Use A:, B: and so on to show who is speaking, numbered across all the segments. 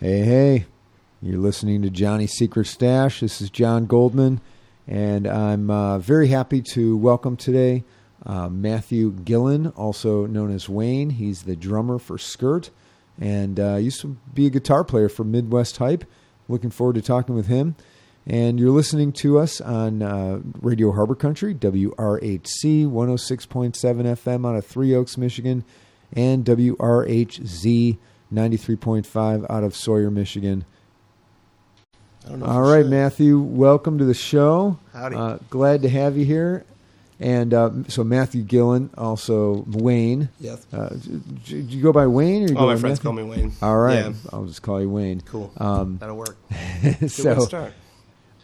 A: Hey, hey, you're listening to Johnny Secret Stash. This is John Goldman, and I'm uh, very happy to welcome today uh, Matthew Gillen, also known as Wayne. He's the drummer for Skirt and uh, used to be a guitar player for Midwest Hype. Looking forward to talking with him. And you're listening to us on uh, Radio Harbor Country, WRHC 106.7 FM out of Three Oaks, Michigan, and WRHZ 93.5 out of Sawyer, Michigan.
B: I don't know if
A: All
B: you
A: right,
B: should.
A: Matthew, welcome to the show.
B: Howdy.
A: Uh, glad to have you here. And uh, so, Matthew Gillen, also Wayne.
B: Yes.
A: Uh, do, do you go by Wayne or you
B: All
A: go
B: my
A: by Matthew?
B: friends call me Wayne.
A: All right,
B: Yeah.
A: I'll just call you Wayne.
B: Cool.
A: Um,
B: That'll work. Good way to
A: so,
B: start.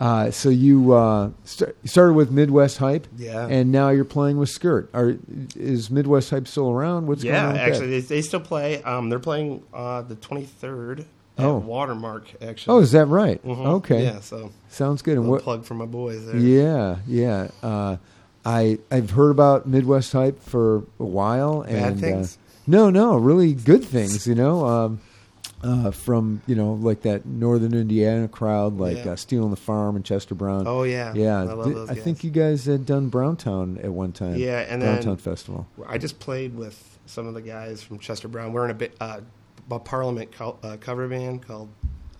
A: uh, so you uh, st- you started with Midwest Hype,
B: Yeah.
A: and now you're playing with Skirt. Are, is Midwest Hype still around? What's going
B: yeah,
A: on? with
B: actually,
A: that?
B: they, they still play. Um, they're playing uh, the 23rd at
A: Oh.
B: Watermark, actually.
A: oh, is that right?
B: Mhm.
A: Okay,
B: Yeah, so
A: sounds good.
B: a
A: And what?
B: plug for my boys there.
A: Yeah, yeah. Uh, I I've heard about Midwest Hype for a while, and
B: Bad
A: uh,
B: things?
A: no, no, really good things. You know, um, uh, from you know like that Northern Indiana crowd, like
B: Yeah.
A: uh, Stealing the Farm and Chester Brown.
B: Oh, yeah.
A: Yeah,
B: I love
A: th-
B: those
A: I
B: guys.
A: think you guys had done Browntown at one time.
B: Yeah, and then-
A: Browntown Festival.
B: I just played with some of the guys from Chester Brown. We're in a, bit, uh, a Parliament co- uh, cover band called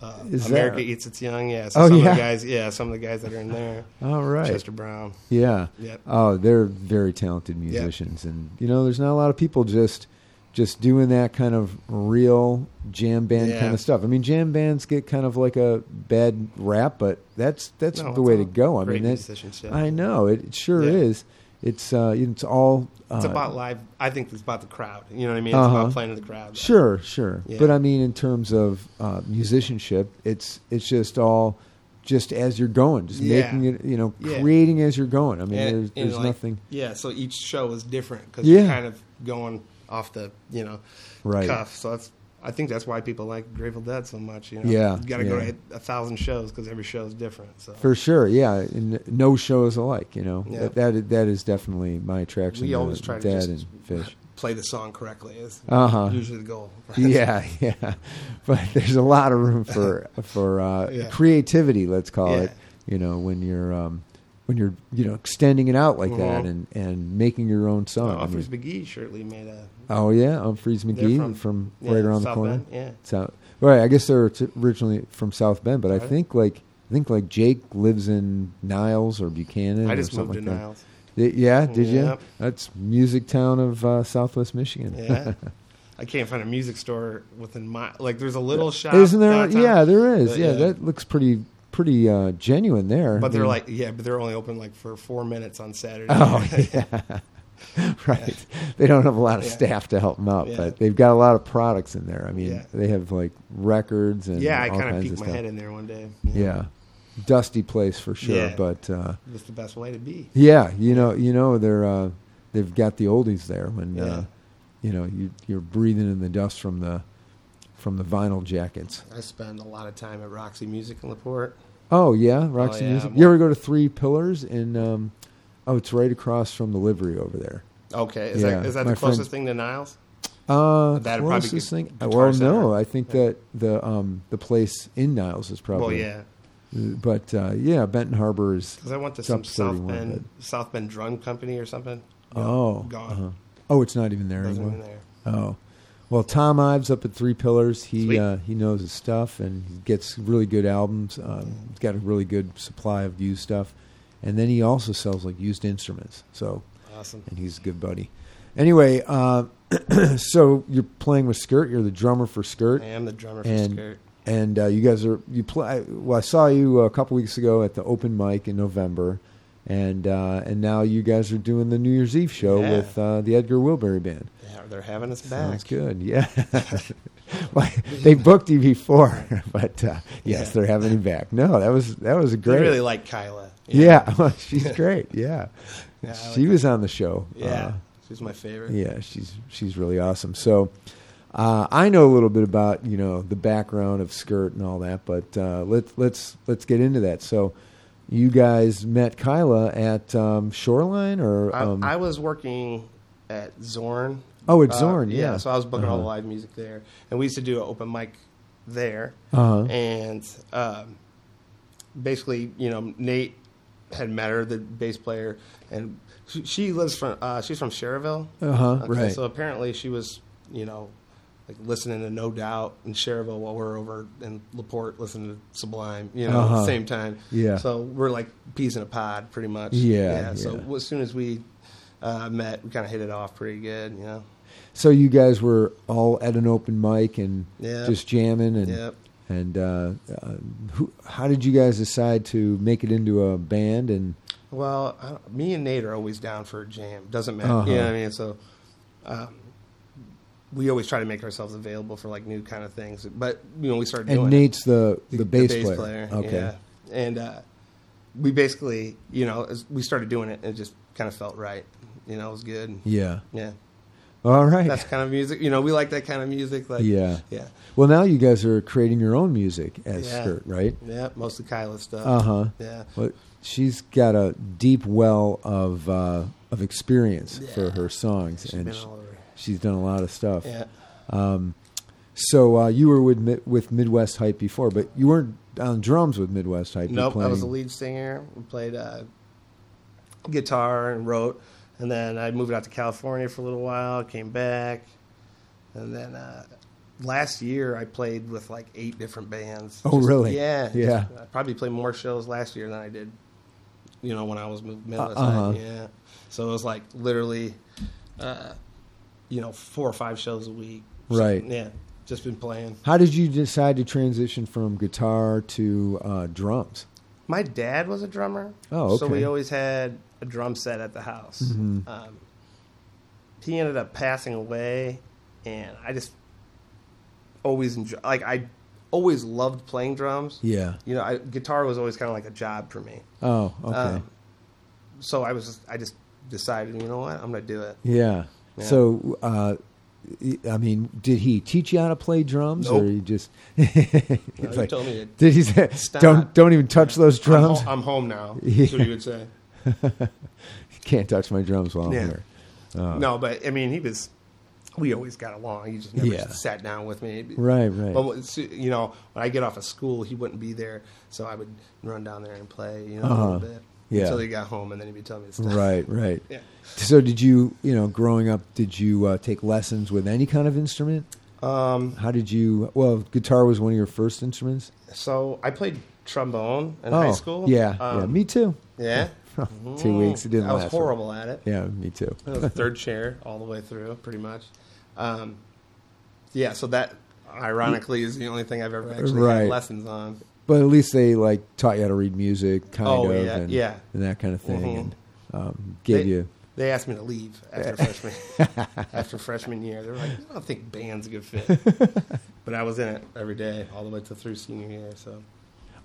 B: uh,
A: Is
B: America
A: that-
B: Eats Its Young. Yeah, so
A: Oh,
B: some
A: yeah.
B: of the guys, yeah, some of the guys that are in there.
A: All right.
B: Chester Brown.
A: Yeah.
B: Yep.
A: Oh, they're very talented musicians, and you know, there's not a lot of people just just doing that kind of real jam band
B: Yeah.
A: kind of stuff. I mean, jam bands get kind of like a bad rap, but that's that's
B: No,
A: the
B: it's
A: way
B: all
A: to go. I
B: great
A: mean, that-
B: musicians, yeah.
A: I know it, it sure
B: Yeah.
A: is. It's uh, it's all uh,
B: It's about live. I think it's about the crowd. You know what I mean? It's
A: Uh-huh.
B: about playing to the crowd.
A: Sure, sure.
B: Yeah.
A: But I mean, in terms of uh, musicianship, it's it's just all just as you're going, just
B: Yeah.
A: making it, you know,
B: Yeah.
A: creating as you're going. I mean,
B: And-
A: there's,
B: and,
A: there's
B: like,
A: nothing.
B: Yeah, so each show is different because
A: Yeah.
B: you're kind of going off the you know
A: Right.
B: cuff. So that's I think that's why people like Grateful Dead so much. You know,
A: Yeah,
B: you got to
A: yeah.
B: go to a thousand shows because every show is different. So
A: For sure, yeah. And no show is alike, you know.
B: Yeah.
A: That, that that is definitely my attraction.
B: we
A: to
B: always try to
A: Dad
B: just
A: and Fish.
B: play the song correctly. Is
A: Uh-huh.
B: usually the goal.
A: yeah, yeah. But there's a lot of room for for uh,
B: Yeah.
A: creativity. Let's call
B: Yeah.
A: it. You know, when you're um, when you're you know extending it out like that
B: Mhm.
A: and and making your own song. I mean-
B: Humphreys McGee shortly made a
A: Oh yeah, Humphreys McGee
B: from-
A: from,
B: yeah,
A: right around the
B: South
A: corner.
B: Bend, yeah.
A: So, right, I guess they're t- originally from South Bend, but I
B: Right.
A: think like I think like Jake lives in Niles or Buchanan.
B: I
A: or
B: just moved
A: something
B: to
A: like that.
B: Niles.
A: Y- yeah, did
B: Yep.
A: you? That's music town of uh, Southwest Michigan.
B: Yeah. I can't find a music store within my like. There's a little shop,
A: Isn't there?
B: downtown,
A: Yeah, there is.
B: but,
A: yeah, that looks pretty pretty uh, genuine there.
B: But they're
A: Yeah.
B: like, yeah, but they're only open like for four minutes on Saturday.
A: Oh yeah, right. They don't have a lot of
B: Yeah.
A: staff to help them out,
B: Yeah.
A: but they've got a lot of products in there. I mean,
B: Yeah.
A: they have like records and
B: yeah, I
A: all
B: kind of
A: kinds of
B: peeked my
A: stuff.
B: head in there one day.
A: Yeah, dusty place for sure.
B: Yeah.
A: But uh,
B: That's the best way to be.
A: yeah, you know, you know, they're uh, they've got the oldies there when uh,
B: Yeah.
A: you know you, you're breathing in the dust from the from the vinyl jackets.
B: I spend a lot of time at Roxy Music in Laporte.
A: Oh yeah, Roxy
B: yeah,
A: Music.
B: I'm
A: You ever
B: wa-
A: go to Three Pillars in? Um, oh, it's right across from the livery over there.
B: Okay, is
A: Yeah,
B: that is that
A: my
B: the closest
A: friend-
B: thing to Niles?
A: Uh,
B: That'd probably
A: closest
B: be
A: thing.
B: Guitar
A: Well, no,
B: Center.
A: I think that the um, the place in Niles is probably.
B: Well, yeah,
A: But uh, yeah, Benton Harbor is.
B: because I went to
A: It's
B: some
A: up
B: South
A: 31,
B: Bend South Bend Drum Company or something.
A: Oh,
B: gone.
A: uh-huh. oh, it's not even there
B: Wasn't
A: anymore.
B: in there.
A: Oh, well, Tom Ives up at Three Pillars. He
B: Sweet.
A: uh, he knows his stuff and he gets really good albums. Um, he's got a really good supply of used stuff, and then he also sells like used instruments. So,
B: Awesome.
A: and he's a good buddy. Anyway, uh, so you're playing with Skirt. You're the drummer for Skirt,
B: I am the drummer for
A: and
B: Skirt.
A: and uh, you guys are you play. Well, I saw you a couple weeks ago at the open mic in November. And uh, and now you guys are doing the New Year's Eve show
B: Yeah.
A: with uh, the Edgar Wilbury band.
B: Yeah, they're having us back.
A: Sounds good. Yeah. well, they booked you before, but uh, yes,
B: Yeah.
A: they're having you back. No, that was that was a great.
B: They really like Kyla.
A: yeah, well, she's great. Yeah,
B: Yeah, I
A: she
B: like
A: was on the show.
B: yeah,
A: Uh,
B: she's my favorite.
A: yeah, she's she's really awesome. So, uh, I know a little bit about you know the background of Skirt and all that, but uh, let's let's let's get into that. So, you guys met Kyla at um, Shoreline, or
B: I,
A: um,
B: I was working at Zorn.
A: Oh, at
B: Uh,
A: Zorn, yeah.
B: So I was booking all the
A: Uh-huh.
B: live music there, and we used to do an open mic there,
A: Uh-huh.
B: and um, basically, you know, Nate had met her, the bass player, and she, she lives from uh, she's from Cherville.
A: Uh-huh, right.
B: So apparently, she was you know like listening to No Doubt in Cherville while we're over in Laporte listening to Sublime. You know, at
A: Uh-huh.
B: the same time.
A: Yeah.
B: So we're like peas in a pod, pretty much.
A: Yeah,
B: So
A: yeah.
B: as soon as we uh, met, we kind of hit it off pretty good. You know.
A: So you guys were all at an open mic and
B: Yeah.
A: just jamming and
B: Yep.
A: and uh, uh, who, how did you guys decide to make it into a band and
B: Well, I don't- me and Nate are always down for a jam. Doesn't matter.
A: Uh-huh.
B: You know what I mean? So, um, we always try to make ourselves available for like new kind of things. But you know, we started
A: and
B: doing it.
A: Nate's the, the, bass, player. Okay.
B: yeah. And uh, we basically, you know, as we started doing it, it just kind of felt right. You know, it was good.
A: Yeah.
B: Yeah,
A: All right.
B: that's kind of music. You know, we like that kind of music. Like,
A: Yeah.
B: yeah,
A: Well, now you guys are creating your own music as
B: Yeah.
A: Skirt, right?
B: yeah. Mostly Kyla stuff.
A: Uh-huh.
B: Yeah.
A: Well, she's got a deep well of uh, of experience for her songs,
B: She's
A: and
B: been
A: sh-
B: all over.
A: she's done a lot of stuff.
B: Yeah.
A: So uh, you were with Mi- with Midwest Hype before, but you weren't on drums with Midwest Hype. You
B: Nope, I was the
A: playing-
B: lead singer. We played uh, guitar and wrote, and then I moved out to California for a little while. Came back, and then uh, last year I played with like eight different bands.
A: Oh, really?
B: Yeah,
A: Yeah.
B: I probably played more shows last year than I did, you know, when I was moved middle of the
A: Uh-huh.
B: time. Yeah, so it was like literally, uh, you know, four or five shows a week.
A: Right.
B: yeah, just been playing.
A: How did you decide to transition from guitar to uh, drums?
B: My dad was a drummer.
A: Oh, okay.
B: So
A: Mm-hmm.
B: we always had a drum set at the house. Um, he ended up passing away, and I just always enjoy. Like I always loved playing drums.
A: Yeah.
B: You know, I, guitar was always kind of like a job for me.
A: Oh, okay.
B: Um, so I was, just, I just decided, you know what, I'm gonna do it.
A: yeah.
B: yeah.
A: So, uh, I mean, did he teach you how to play drums, or
B: Nope.
A: he just?
B: You know,
A: It's
B: he
A: like-
B: told me to
A: did he say,
B: Stop.
A: "Don't don't even touch those drums"?
B: I'm, ho- I'm home now. That's what he would say.
A: Can't touch my drums while
B: Yeah.
A: I'm here. Uh,
B: No, but I mean, he was. We always got along. He just never
A: Yeah.
B: sat down with me.
A: Right, right.
B: But when- so, you know, when I get off of school, he wouldn't be there, so I would run down there and play. You know, a
A: Uh-huh.
B: little bit
A: Yeah.
B: until he got home, and then he'd be telling me to stop.
A: Right, right.
B: Yeah.
A: So, did you, you know, growing up, did you uh, take lessons with any kind of instrument?
B: Um,
A: How did you? Well, guitar was one of your first instruments.
B: so I played trombone in
A: oh,
B: high school.
A: Yeah, yeah.
B: Um,
A: Me too.
B: yeah.
A: Two weeks. It didn't
B: I was
A: last. very-
B: horrible at it.
A: Yeah, me too.
B: I was third chair all the way through, pretty much. Um, yeah. So that, ironically, is the only thing I've ever actually
A: Right.
B: had lessons on.
A: But at least they like taught you how to read music, kind
B: Oh,
A: of,
B: yeah,
A: and,
B: yeah.
A: and that kind of thing,
B: Mhm.
A: and um, gave
B: they,
A: you.
B: They asked me to leave after freshman after freshman year. They were like, "I don't think band's a good fit," but I was in it every day all the way to through senior year. So,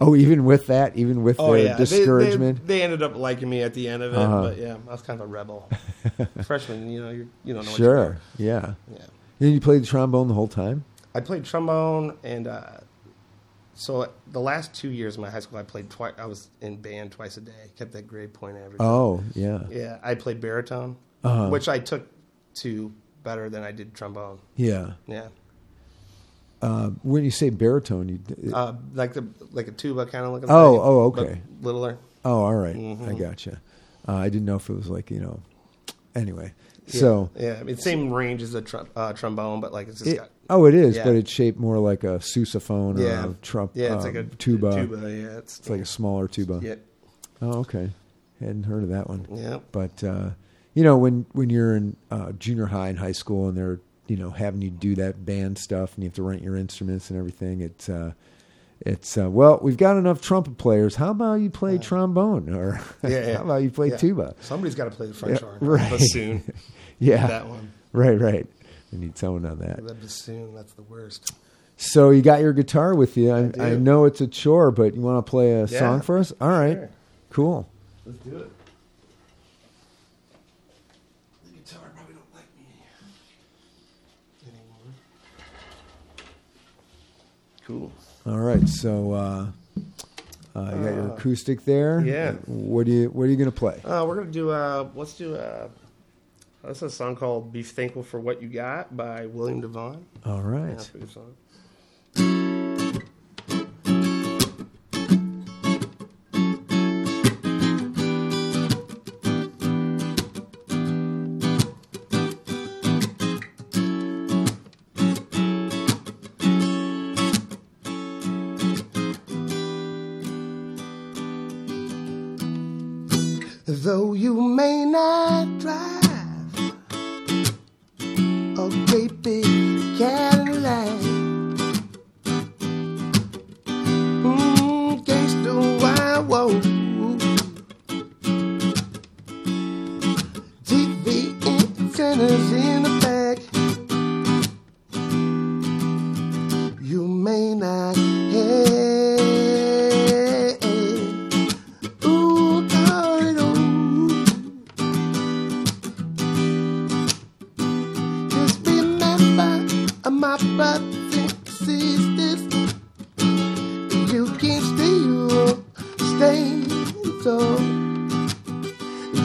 A: Oh, even with that, even with the
B: Oh, They- they-
A: discouragement.
B: They, ended up liking me at the end of it,
A: Uh-huh.
B: but yeah, I was kind of a rebel. freshman, you know, you're, you don't know. What
A: sure.
B: you're
A: yeah.
B: doing. Yeah,
A: Then you played the trombone the whole time.
B: I played trombone and. Uh, so the last two years of my high school, I played twice. I was in band twice a day. Kept that grade point average.
A: Oh, yeah.
B: Yeah, I played baritone,
A: Uh-huh.
B: which I took to better than I did trombone.
A: Yeah.
B: Yeah,
A: Uh, when you say baritone, you.
B: uh, like the like a tuba kind of looking.
A: Oh,
B: thing,
A: oh,
B: but
A: okay.
B: littler.
A: Oh, all right. I
B: Mhm.
A: gotcha. Uh, I didn't know if it was like you know. Anyway, so
B: yeah, I mean, same range as a tr- uh, trombone, but like it's just
A: it,
B: got
A: oh, it is,
B: yeah.
A: but it's shaped more like a sousaphone
B: yeah,
A: or a trump.
B: Yeah, it's
A: uh,
B: like a
A: tuba.
B: Tuba, yeah, it's,
A: It's like a smaller tuba.
B: yeah,
A: Oh, okay. Hadn't heard of that one.
B: yeah,
A: But uh, you know, when when you're in uh, junior high and high school, and they're you know having you do that band stuff, and you have to rent your instruments and everything, it's uh, it's uh, well, we've got enough trumpet players. How about you play trombone, or
B: yeah, yeah.
A: how about you play
B: Yeah.
A: tuba?
B: Somebody's got to play the French
A: Uh, Yeah,
B: horn,
A: right.
B: bassoon.
A: Yeah,
B: that one,
A: right, right. We need someone on that.
B: the bassoon, that's the worst.
A: So you got your guitar with you. I,
B: do.
A: I, know it's a chore, but you want to play a
B: Yeah,
A: song for us? All right,
B: sure.
A: cool.
B: Let's do it. The guitar probably don't like me anymore. Cool.
A: All right, so uh, uh, you got your acoustic there.
B: yeah.
A: What do you What are you gonna play?
B: Uh, we're gonna do. Uh, let's do. Uh, that's a song called "Be Thankful for What You Got" by William Devon.
A: All right.
B: That's a good song. Though you may not drive a great big Cadillac, mm, gangsta wild whoa. TV antennas in the back. You may not have Ooh, God, ooh. Just remember uh, my brothers and sisters. You can still stay so.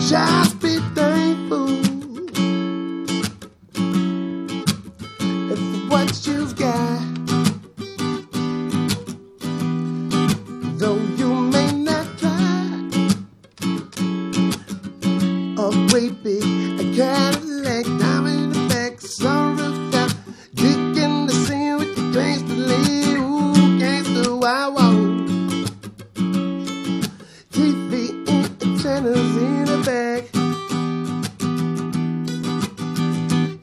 B: Just be thankful for what you've got. Though you may not try a great big Cadillac, I'm in the back, sunroof down, kicking the scene with the gangster lead, ooh, gangster, wow, wow. TV antennas in the back.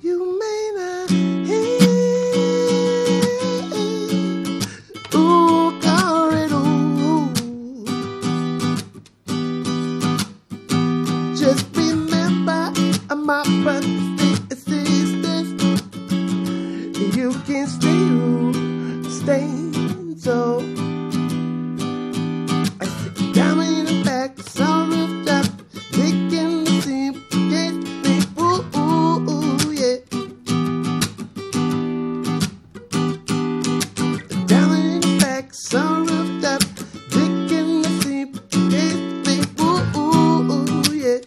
B: You may not hear Ooh, corridor. Just remember my brothers and sisters. You can still stay so. I sit down in the back, some roof top, kicking the seam, can't sleep. Ooh, ooh, ooh, yeah. Down in the back, some roofed up, kicking the sleep, can't sleep. Ooh, ooh, ooh, yeah.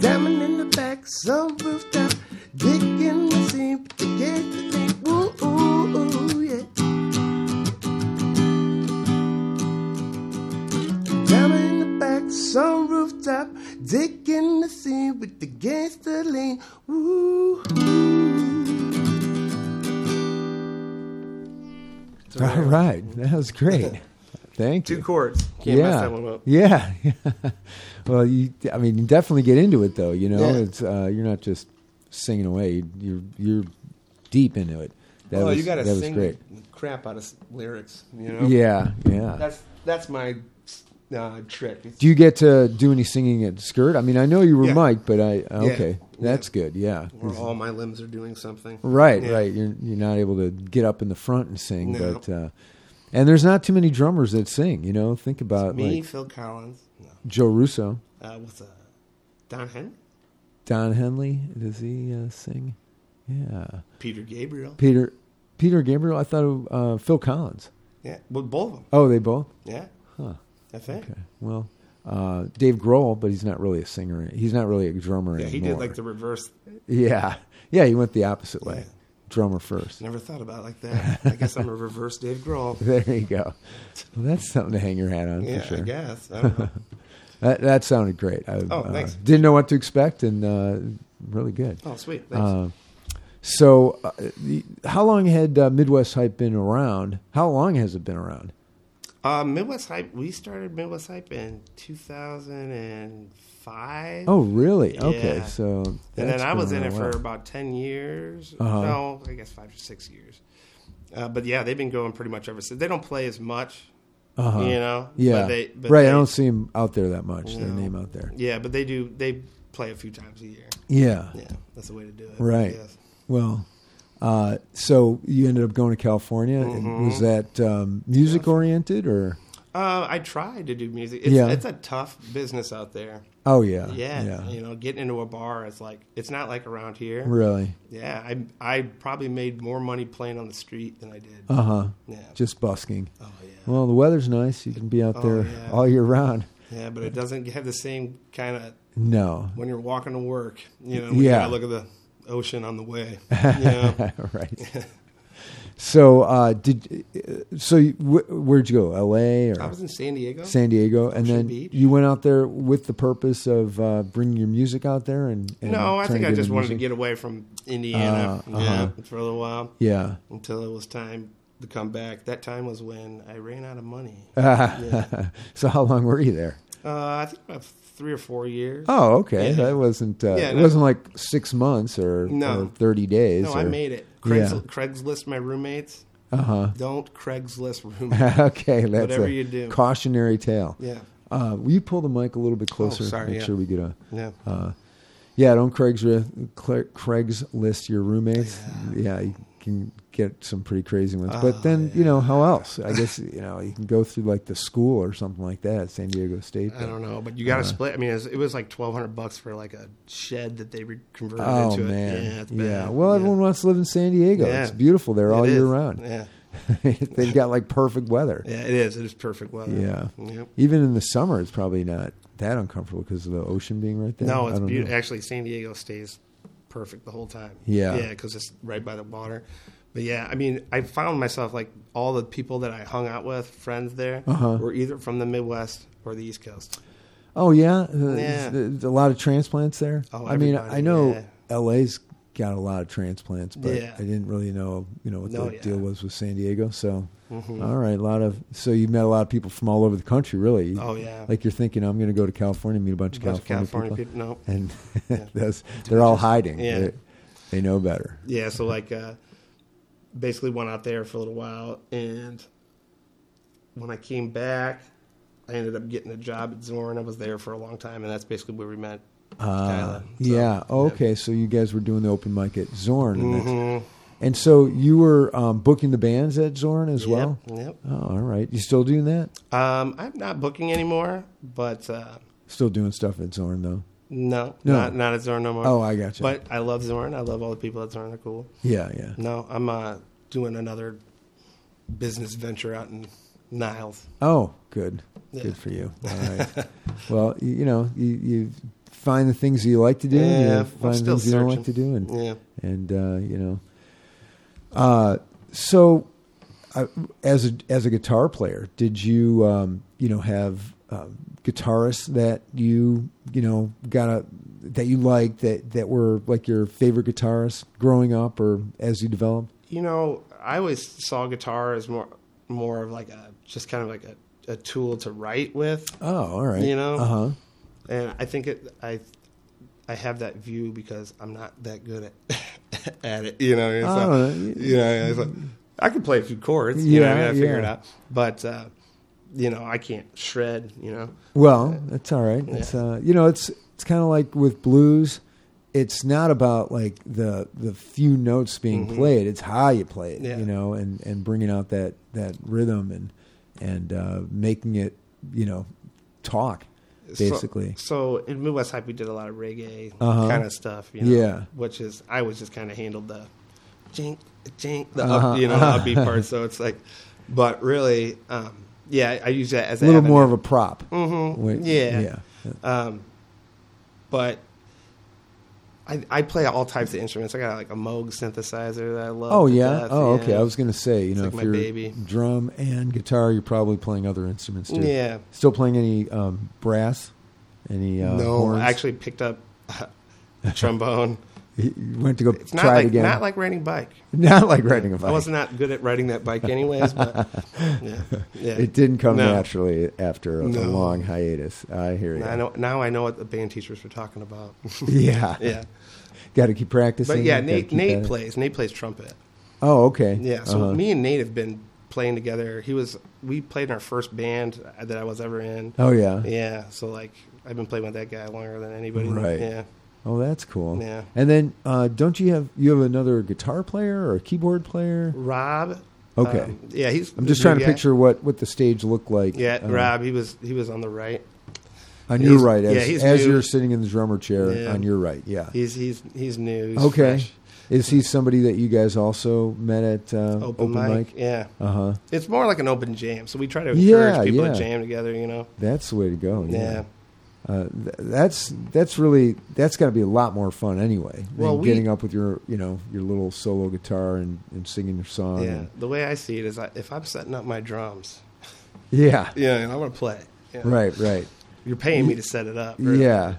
B: Diamond in the back, some roofed up, kicking the sleep, can't sleep. Ooh, ooh, ooh, yeah. Down in the back, some rooftop, dick in the scene with the gangster lean. Woo.
A: All right, that was great. Thank you.
B: Two chords. Can't mess that one up.
A: Yeah. well, you, I mean, you definitely get into it though. You know,
B: Yeah.
A: it's uh, you're not just singing away. You're you're deep into it. That
B: well,
A: was
B: Oh, you got to
A: that
B: sing
A: was great.
B: the crap out of s- lyrics, you know?
A: Yeah, yeah.
B: That's that's my uh, trick.
A: do you get to do any singing at Skirt? I mean, I know you were
B: Yeah.
A: Mike, but I okay,
B: Yeah.
A: that's good. Yeah,
B: Where all my limbs are doing something.
A: right,
B: Yeah.
A: right. You're you're not able to get up in the front and sing,
B: No.
A: but uh, and there's not too many drummers that sing. You know, think about
B: Me,
A: like
B: Phil Collins. No.
A: Joe Russo,
B: Uh, what's uh, Don Henry?
A: Don Henley. Does he uh, sing? Yeah.
B: Peter Gabriel.
A: Peter Peter Gabriel. I thought of uh, Phil Collins.
B: Yeah. Well, both of them.
A: Oh, they both.
B: Yeah.
A: Huh.
B: I think.
A: Okay. Well, uh, Dave Grohl, but he's not really a singer. He's not really a drummer
B: Yeah, he
A: anymore.
B: did like the reverse.
A: yeah, yeah. He went the opposite way.
B: Yeah.
A: Drummer first.
B: Never thought about it like that. I guess I'm a reverse Dave Grohl.
A: There you go. Well, that's something to hang your hat on
B: Yeah,
A: for sure.
B: I guess. I don't know.
A: That, that sounded great. I
B: Oh,
A: uh,
B: thanks.
A: didn't know what to expect, and uh, really good.
B: Oh, sweet. Thanks.
A: Uh, so, uh, the, how long had uh, Midwest Hype been around? How long has it been around?
B: Uh, Midwest Hype. We started Midwest Hype in 2005.
A: Oh, really? Okay,
B: Yeah.
A: so
B: and then
A: that's
B: I
A: been
B: was in
A: around
B: it
A: a
B: for
A: while.
B: about 10 years.
A: Uh-huh.
B: No, I guess five to six years. Uh, but yeah, they've been going pretty much ever since. They don't play as much,
A: Uh-huh.
B: you know.
A: yeah,
B: but they, but
A: right.
B: They,
A: I don't see him out there that much. Their
B: No.
A: name out there.
B: Yeah, but they do. They play a few times a year.
A: Yeah.
B: Yeah, that's the way to do it.
A: Right.
B: Yes.
A: Well, uh, so you ended up going to California.
B: Mm-hmm.
A: And Was that um, music oriented or?
B: Uh, I try to do music. It's,
A: Yeah.
B: it's a tough business out there.
A: Oh yeah.
B: Yeah, you know, getting into a bar is like it's not like around here.
A: Really.
B: Yeah, I I probably made more money playing on the street than I did.
A: Uh huh.
B: yeah.
A: Just busking.
B: oh yeah.
A: Well, the weather's nice. You can be out
B: Oh,
A: there
B: yeah.
A: all year round.
B: Yeah, but it doesn't have the same kind of
A: No.
B: when you're walking to work. You know, when
A: Yeah.
B: you gotta look at the ocean on the way. You know?
A: right. So uh, did uh, so? You, wh- where'd you go? L.A. or
B: I was in San Diego.
A: San Diego, and
B: Ocean
A: then
B: Beach.
A: you went out there with the purpose of uh, bringing your music out there, and, and
B: no, I
A: trying
B: think
A: to
B: I
A: get
B: just
A: into
B: wanted to
A: music?
B: get away from Indiana.
A: Uh, uh-huh.
B: Yeah, for a little while
A: yeah,
B: until it was time to come back. That time was when I ran out of money.
A: Uh, so how long were you there?
B: Uh, I think about three or four years.
A: Oh, okay.
B: Yeah.
A: That wasn't uh,
B: Yeah,
A: it
B: no.
A: wasn't like six months or,
B: No.
A: or thirty days.
B: no, I
A: or-
B: made it.
A: Yeah.
B: Craigs- Craigslist my roommates.
A: Uh-huh.
B: Don't Craigslist roommates.
A: okay, that's
B: Whatever
A: a
B: you do.
A: cautionary tale.
B: yeah, Oh,
A: Uh, will you pull the mic a little bit closer?
B: sorry,
A: Make
B: yeah.
A: sure we get a.
B: yeah.
A: Uh, yeah, don't Craigslist, Craigslist your roommates. Yeah. you can get some pretty crazy ones.
B: Oh,
A: but then, you know, how else? I guess, you know, you can go through like the school or something like that, San Diego State.
B: I don't know, but you got
A: uh-huh.
B: to split. I mean, it was, it was like twelve hundred bucks for like a shed that they re- converted
A: Oh,
B: into.
A: man.
B: It. Yeah, it's bad.
A: yeah. Well,
B: Yeah.
A: everyone wants to live in San Diego.
B: Yeah.
A: It's beautiful there all
B: It
A: year
B: is.
A: round.
B: Yeah,
A: They've got like perfect weather.
B: yeah, it is. It is perfect weather.
A: Yeah.
B: Yep.
A: Even in the summer, it's probably not that uncomfortable because of the ocean being right there.
B: No,
A: I
B: it's
A: don't
B: beautiful.
A: know.
B: Actually, San Diego stays perfect the whole time.
A: Yeah.
B: yeah, because it's right by the water. But yeah, I mean, I found myself like all the people that I hung out with, friends there,
A: Uh-huh.
B: were either from the Midwest or the East Coast.
A: Oh yeah, Uh,
B: Yeah.
A: there's a lot of transplants there.
B: Oh,
A: I mean,
B: everybody,
A: I know
B: yeah.
A: LA's got a lot of transplants, but
B: Yeah.
A: I didn't really know you know what
B: No,
A: the
B: yeah. Mm-hmm.
A: deal was with San Diego. So, all right, a lot of so you met a lot of people from all over the country, really.
B: Oh yeah,
A: Like you're thinking, I'm going to go to California and meet a bunch,
B: a bunch of California
A: people,
B: people. No,
A: and
B: Yeah.
A: that's, they're all hiding.
B: Yeah.
A: They, they know better.
B: yeah so like uh basically went out there for a little while and when i came back i ended up getting a job at zorn i was there for a long time and that's basically where we met
A: Uh,
B: Skylar. So,
A: yeah. Okay. So you guys were doing the open mic at Zorn, and, that's-
B: Mhm.
A: and so you were um, booking the bands at Zorn as well.
B: yep, yep.
A: Oh, all right. You still doing that?
B: um i'm not booking anymore but uh
A: Still doing stuff at Zorn though.
B: no,
A: No.
B: Not, not at zorn no more
A: Oh, I got you.
B: but i love zorn i love all the people at zorn they're cool
A: yeah, yeah.
B: no i'm uh doing another business venture out in niles
A: Oh, good.
B: Yeah.
A: Good for you. All right. well, you, you know, you, you find the things you like to do, and
B: Yeah,
A: you
B: I'm
A: find
B: still
A: things you don't like to
B: searching.
A: do, and
B: yeah
A: and uh, you know, uh, so uh, as a as a guitar player, did you um, you know have um, guitarists that you you know got a that you liked that that were like your favorite guitarists growing up or as you developed?
B: you know, I always saw guitar as more more of like a just kind of like a, a tool to write with,
A: Oh, all right.
B: You know?
A: Uh huh.
B: and I think it I I have that view because I'm not that good at at it. You know, it's
A: I don't know.
B: like, you know, it's like I can play a few chords. You know, I, mean,
A: Oh, Yeah,
B: I figure it
A: yeah.
B: out, but uh, you know, I can't shred. You know,
A: Well, that's all right. It's uh, you know, it's it's kind of like with blues. It's not about like the the few notes being played. It's how you play it,
B: Mm-hmm. Yeah.
A: you know, and and bringing out that that rhythm and and uh, making it, you know, talk
B: So-
A: basically.
B: So, in Midwest Hype, we did a lot of reggae
A: Uh-huh.
B: kind of stuff. You know,
A: Yeah.
B: Which is I was just kind of handled the jink, jink, the
A: Uh-huh.
B: up, you know, the upbeat part. So it's like, but really, um, yeah, I- I use that as
A: a little more of a prop.
B: Mm-hmm.
A: Wait,
B: yeah.
A: yeah.
B: Um, but. I, I play all types of instruments. I got like a Moog synthesizer that I love.
A: Oh
B: to
A: yeah.
B: death.
A: oh okay.
B: Yeah.
A: I was gonna say, you know,
B: like
A: if
B: my
A: you're
B: baby.
A: drum and guitar, you're probably playing other instruments too.
B: Yeah.
A: Still playing any um, brass? Any uh,
B: no,
A: horns?
B: I actually picked up a trombone.
A: He went to go
B: It's not
A: try it
B: like
A: again.
B: not like riding bike.
A: Not like riding a bike.
B: I was not good at riding that bike, anyways. But yeah, yeah.
A: It didn't come
B: No.
A: naturally after a, a
B: No.
A: long hiatus. I hear you.
B: Now I know, now I know what the band teachers were talking about.
A: Yeah,
B: yeah,
A: Got to keep practicing.
B: but yeah,
A: gotta
B: Nate
A: keep at
B: Nate
A: it.
B: plays Nate plays trumpet.
A: Oh, okay.
B: Yeah, so
A: Uh-huh.
B: me and Nate have been playing together. He was we played in our first band that I was ever in.
A: Oh yeah.
B: Yeah, so like I've been playing with that guy longer than anybody.
A: Right.
B: Yeah,
A: Oh, that's cool.
B: Yeah.
A: And then, uh, don't you have you have another guitar player or a keyboard player?
B: Rob.
A: Okay.
B: um, yeah, he's.
A: I'm just
B: the new
A: trying to
B: guy.
A: picture what what the stage looked like.
B: Yeah,
A: uh,
B: Rob. He was he was on the right.
A: On your
B: he's-
A: right, as,
B: yeah, he's
A: as
B: new.
A: you're sitting in the drummer chair
B: Yeah.
A: on your right. Yeah.
B: He's he's he's new. He's
A: okay.
B: fresh.
A: Is he somebody that you guys also met at uh,
B: Open, mic. Yeah.
A: Uh huh.
B: It's more like an open jam. So we try to
A: Yeah,
B: encourage people
A: yeah.
B: to jam together, you know?
A: That's the way to go.
B: Yeah.
A: Uh, th- that's that's really that's got to be a lot more fun anyway. than
B: Well, we-
A: getting up with your you know your little solo guitar and, and singing your song.
B: Yeah.
A: and-
B: The way I see it is I, if I'm setting up my drums,
A: yeah,
B: yeah, and I want to play. you know,
A: right, right,
B: You're paying me to set it up. really.
A: yeah.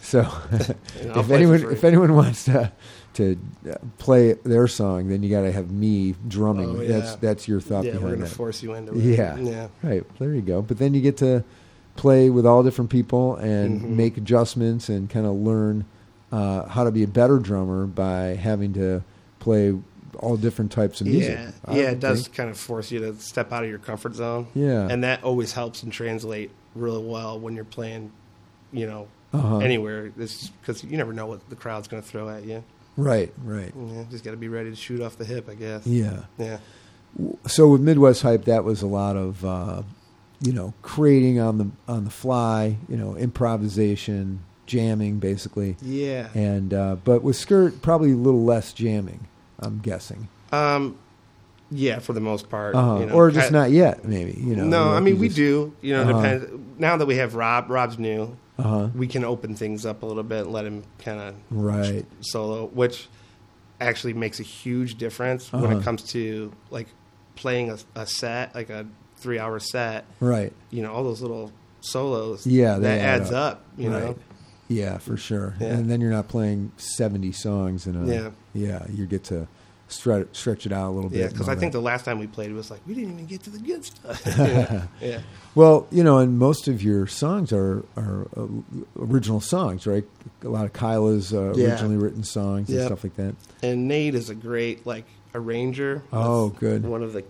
A: So
B: You know, I'll
A: if
B: play for
A: anyone
B: free.
A: if anyone wants to to uh, play their song, then you got to have me drumming.
B: Oh,
A: That's
B: yeah.
A: that's your thought
B: yeah, we're
A: behind
B: gonna
A: that.
B: force you into it.
A: Yeah.
B: yeah.
A: Right. There you go. But then you get to play with all different people and
B: Mhm.
A: make adjustments and kind of learn uh, how to be a better drummer by having to play all different types of music.
B: Yeah,
A: I
B: yeah, it
A: would
B: does
A: think.
B: kind of force you to step out of your comfort zone.
A: Yeah.
B: and that always helps and translate really well when you're playing, you know,
A: Uh-huh.
B: anywhere. This because you never know what the crowd's going to throw at you.
A: Right. Right.
B: Yeah, just got to be ready to shoot off the hip, I guess.
A: Yeah.
B: Yeah,
A: So with Midwest hype, that was a lot of uh, you know creating on the on the fly, you know improvisation, jamming basically,
B: yeah.
A: and uh, but with Skirt probably a little less jamming. I'm guessing,
B: Um, yeah, for the most part,
A: uh,
B: you know,
A: or just
B: kinda-
A: not yet, maybe. You know,
B: no, I
A: like
B: mean
A: you
B: we
A: just-
B: do. You know,
A: Uh-huh.
B: depends. Now that we have Rob, Rob's new.
A: Uh-huh.
B: We can open things up a little bit, and let him kind of
A: Right.
B: solo, which actually makes a huge difference when
A: Uh-huh.
B: it comes to like playing a, a set, like a three hour set.
A: Right.
B: You know, all those little solos.
A: Yeah, they
B: that
A: add
B: adds
A: up.
B: up. you
A: Right.
B: know,
A: Yeah, for sure.
B: Yeah.
A: And then you're not playing 70 songs in a
B: Yeah.
A: yeah, you get to stretch stretch it out a little bit.
B: yeah,
A: and
B: because
A: all
B: I think
A: that.
B: the last time we played was like we didn't even get to the good stuff. You know? yeah,
A: Well, you know, and most of your songs are are uh, original songs, right? A lot of Kyla's uh,
B: Yeah.
A: originally written songs and
B: Yep.
A: stuff like that.
B: and Nate is a great like arranger. That's
A: Oh, good. Uh-huh.
B: One of the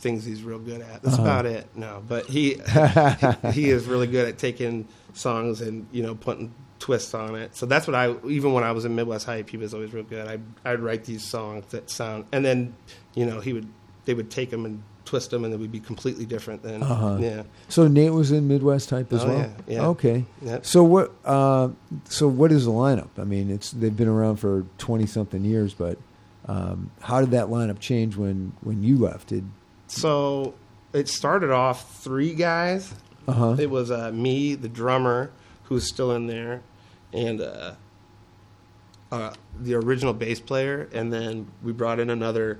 B: things he's real good at. That's about it. No, but he he is really good at taking songs and you know putting twists on it. So that's what I even when I was in Midwest Hype, he was always real good. I I'd write these songs that sound, and then you know he would they would take them and twist them, and they would be completely different. Then
A: Uh-huh.
B: yeah,
A: So Nate was in Midwest Type as
B: Oh,
A: well.
B: yeah, yeah.
A: Okay.
B: Yep.
A: So what? Uh, so what is the lineup? I mean, it's they've been around for twenty something years, but um, how did that lineup change when when you left? Did
B: So it started off three guys.
A: Uh-huh.
B: It was uh, me, the drummer, who's still in there, and uh, uh, the original bass player, and then we brought in another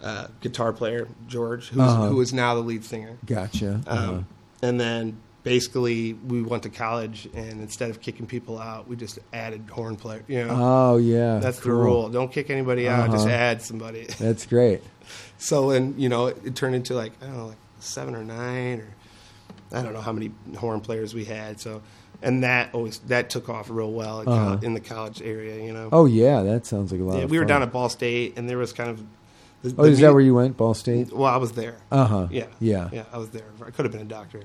B: uh, guitar player, George, who's,
A: Uh-huh.
B: who is now the lead singer.
A: gotcha.
B: Um,
A: Uh,
B: And then basically we went to college, and instead of kicking people out, we just added horn player. You know,
A: oh yeah,
B: that's the
A: cool.
B: rule. Don't kick anybody out. Just
A: Uh-huh.
B: add somebody.
A: That's great.
B: So and you know, it, it turned into like I don't know, like seven or nine or I don't know how many horn players we had. So and that always that took off real well at
A: Uh-huh.
B: col- in the college area. You know,
A: Oh yeah, that sounds like a lot.
B: yeah,
A: of
B: we were
A: fun.
B: down at Ball State, and there was kind of the,
A: Oh,
B: the
A: is that
B: mu-
A: where you went, Ball State?
B: Well, I was there.
A: Uh huh.
B: yeah,
A: Yeah.
B: yeah. I was there. I could have been a doctor.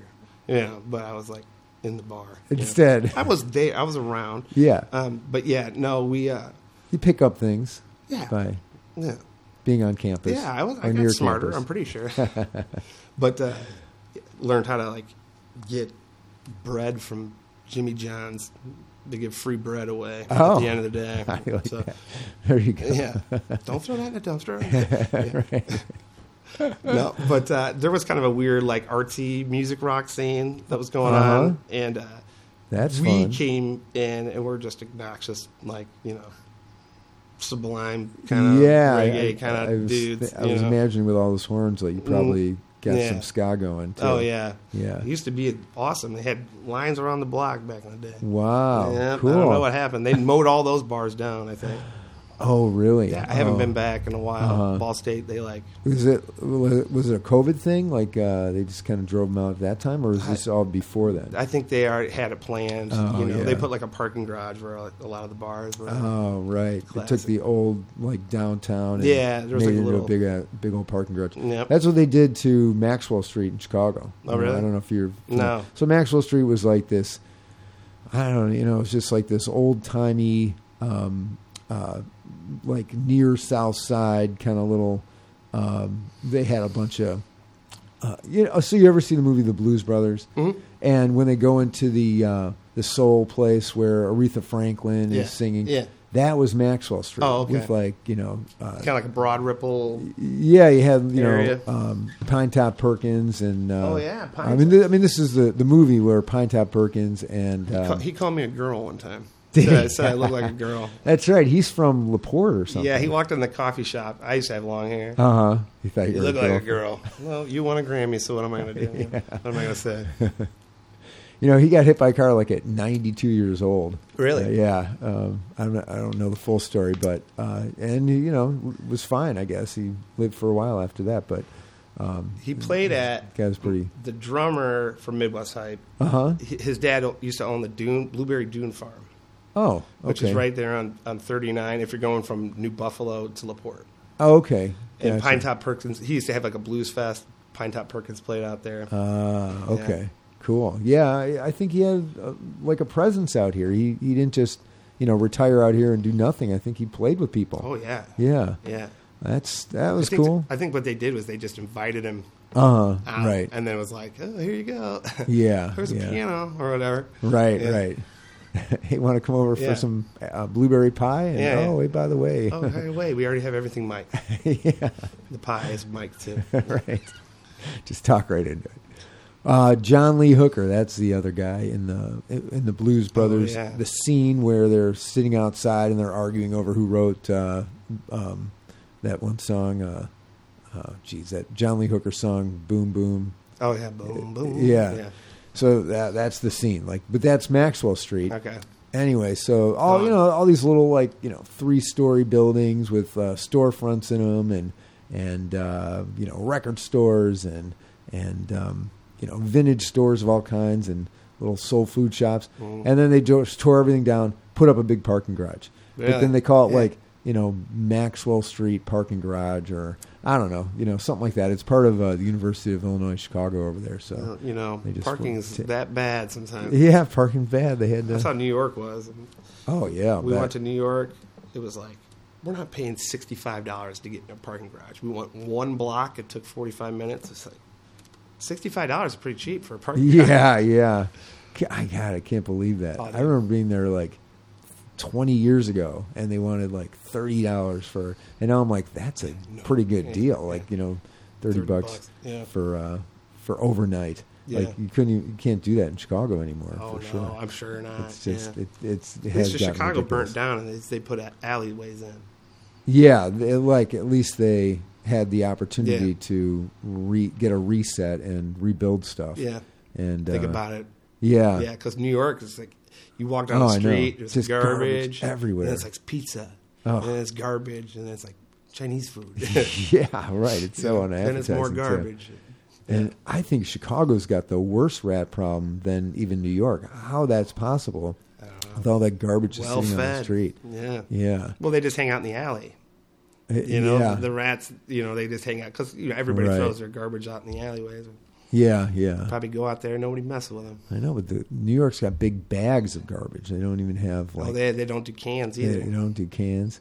B: Yeah, but I was like in the bar you know.
A: Instead.
B: I was there. I was around.
A: Yeah.
B: Um, but yeah, no, we. Uh,
A: You pick up things
B: yeah,
A: by
B: yeah.
A: being on campus.
B: Yeah, I was.
A: or
B: I
A: near
B: got smarter.
A: campus.
B: I'm pretty sure, but uh, learned how to like get bread from Jimmy John's. They give free bread away
A: Oh.
B: at the end of the day.
A: I like
B: so
A: that. There you go.
B: yeah, don't throw that in the dumpster.
A: Right.
B: no, but uh, there was kind of a weird like artsy music rock scene that was going
A: Uh-huh.
B: on, and uh,
A: That's
B: we
A: fun.
B: came in and we're just obnoxious, like you know. Sublime kind of
A: yeah, I-
B: reggae
A: I, I
B: kind
A: was,
B: of dudes.
A: I
B: you
A: was
B: know? Mm-hmm.
A: imagining with all those horns, like you probably got
B: yeah.
A: some ska going. Too.
B: Oh yeah,
A: Yeah.
B: It used to be awesome. They had lines around the block back in the day.
A: Wow.
B: Yeah,
A: Mm. cool.
B: I don't know what happened. They mowed all those bars down. I think.
A: oh, really?
B: Yeah, I haven't
A: Oh.
B: been back in a while.
A: Uh-huh.
B: Ball State, they like.
A: Was it was it- was it a COVID thing? Like uh, they just kind of drove them out at that time, or was this all before then?
B: I think they already had it planned.
A: Oh,
B: you know,
A: yeah.
B: they put like a parking garage where a lot of the bars were.
A: Oh right, they took
B: Classic.
A: the old like downtown and
B: Yeah, there was,
A: made
B: like, a
A: it into a
B: little-
A: big uh, big old parking garage.
B: Yep.
A: That's what they did to Maxwell Street in Chicago.
B: Oh,
A: You know,
B: really?
A: I don't know if you're
B: No.
A: So Maxwell Street was like this. I don't know. You know, it's just like this old timey, um, uh, like near South Side kind of little. Um, they had a bunch of. Uh, you know, so you ever see the movie The Blues Brothers?
B: Mm-hmm.
A: And when they go into the uh, the soul place where Aretha Franklin
B: Yeah,
A: is singing,
B: yeah.
A: that was Maxwell Street.
B: Oh, okay.
A: With like you know, uh,
B: Kind of like a broad ripple.
A: yeah, you had you
B: Area.
A: know um, Pine Top Perkins and uh,
B: Oh, yeah, Pine
A: I mean, th- I mean, this is the the movie where Pine Top Perkins and uh,
B: he called me a girl one time.
A: Did
B: Said I
A: he?
B: said I look like a girl.
A: that's right. He's from Laporte or something.
B: Yeah, he walked in the coffee shop. I used to have long hair.
A: Uh huh. He thought you,
B: You
A: were
B: look like a girl. Well, you won a Grammy, so what am I going to do? What am I going to say?
A: You know, he got hit by a car like at 92 years old.
B: Really?
A: Uh, yeah. Um, I'm not, I don't know the full story, but uh, and he, you know w- was fine. I guess he lived for a while after that, but um,
B: He played at
A: guy was pretty.
B: the drummer for Midwest Hype.
A: Uh huh.
B: hi- His dad o- used to own the Dune Blueberry Dune Farm,
A: Oh, okay.
B: which is right there on, on 39 if you're going from New Buffalo to LaPorte.
A: Oh, okay.
B: And
A: Gotcha.
B: Pine Top Perkins, he used to have like a blues fest. Pine Top Perkins played out there.
A: Ah, okay, cool. Yeah, I, I think he had uh, like a presence out here. He he didn't just you know retire out here and do nothing. I think he played with people.
B: oh yeah,
A: yeah.
B: yeah.
A: that's that
B: I
A: was
B: think,
A: cool.
B: I think what they did was they just invited him
A: Uh
B: out,
A: huh. Right.
B: Ah, And then it was like, oh, here you go.
A: Yeah.
B: There's a
A: yeah.
B: piano or whatever.
A: Right.
B: Yeah.
A: Right. hey, want to come over
B: Yeah.
A: for some uh, blueberry pie? And,
B: Yeah, yeah.
A: Oh, hey, by the way.
B: Oh, by the way, we already have everything Mike.
A: yeah.
B: The pie is Mike too.
A: right. Just talk right into it. Uh, John Lee Hooker, that's the other guy in the in the Blues Brothers.
B: yeah.
A: The scene where they're sitting outside and they're arguing over who wrote uh, um, that one song. Uh, oh, geez, that John Lee Hooker song, "Boom Boom."
B: Oh yeah, boom, boom.
A: Yeah. So that, that's the scene. Like, but that's Maxwell Street.
B: yeah. Okay.
A: Anyway, so all you know, all these little like you know three story buildings with uh, storefronts in them, and and uh, you know record stores and and um, you know vintage stores of all kinds and little soul food shops,
B: Mm.
A: and then they just tore everything down, put up a big parking garage. But
B: Really?
A: then they call it
B: Yeah.
A: like you know Maxwell Street parking garage or I don't know you know something like that. It's part of uh, the University of Illinois Chicago over there. So
B: Uh, You know,
A: They just
B: parking's
A: wouldn't ta-
B: that bad sometimes.
A: yeah, parking bad. They had
B: That's how
A: to.
B: New York was.
A: Oh yeah,
B: We
A: that-
B: went to New York. It was like we're not paying sixty five dollars to get in a parking garage. We want one block. It took forty five minutes. It's like sixty five dollars is pretty cheap for a parking. garage.
A: Yeah, yeah. Ca- I God, I can't believe that.
B: Oh,
A: I
B: dude.
A: remember being there like 20 years ago, and they wanted like thirty dollars for, and now I'm like, that's a
B: No.
A: pretty good
B: Yeah,
A: deal.
B: yeah.
A: Like you know, 30,
B: 30
A: bucks,
B: bucks, yeah.
A: for uh, for overnight.
B: Yeah.
A: Like you couldn't, even, you can't do that in Chicago anymore. for
B: Oh no,
A: sure.
B: I'm sure not.
A: it's just
B: yeah.
A: it, it's it
B: At
A: has
B: least
A: gotten
B: Chicago
A: ridiculous.
B: burnt down and they, they put a- alleyways in.
A: Yeah, they, like at least they had the opportunity
B: Yeah.
A: to re, get a reset and rebuild stuff.
B: Yeah,
A: and
B: think
A: uh,
B: about it.
A: yeah,
B: Yeah, because New York is like you walk down
A: Uh, Oh, I
B: the
A: know.
B: street, there's
A: Just garbage
B: garbage,
A: everywhere.
B: and it's like pizza,
A: Oh.
B: and then it's garbage, and then it's like Chinese food.
A: yeah, right. It's so unappetizing.
B: and it's more
A: too.
B: garbage.
A: And I think Chicago's got the worse rat problem than even New York. How that's possible
B: I don't know.
A: with all that garbage just
B: well
A: sitting
B: fed.
A: on the street?
B: Yeah.
A: Yeah,
B: Well, they just hang out in the alley. You
A: you
B: know,
A: yeah,
B: the rats. You know, they just hang out because you know everybody
A: Right.
B: throws their garbage out in the alleyways.
A: yeah, yeah.
B: Probably go out there, nobody messes with them.
A: I know, but the, New York's got big bags of garbage. They don't even have like
B: oh, they they don't do cans
A: they,
B: either.
A: they don't do cans.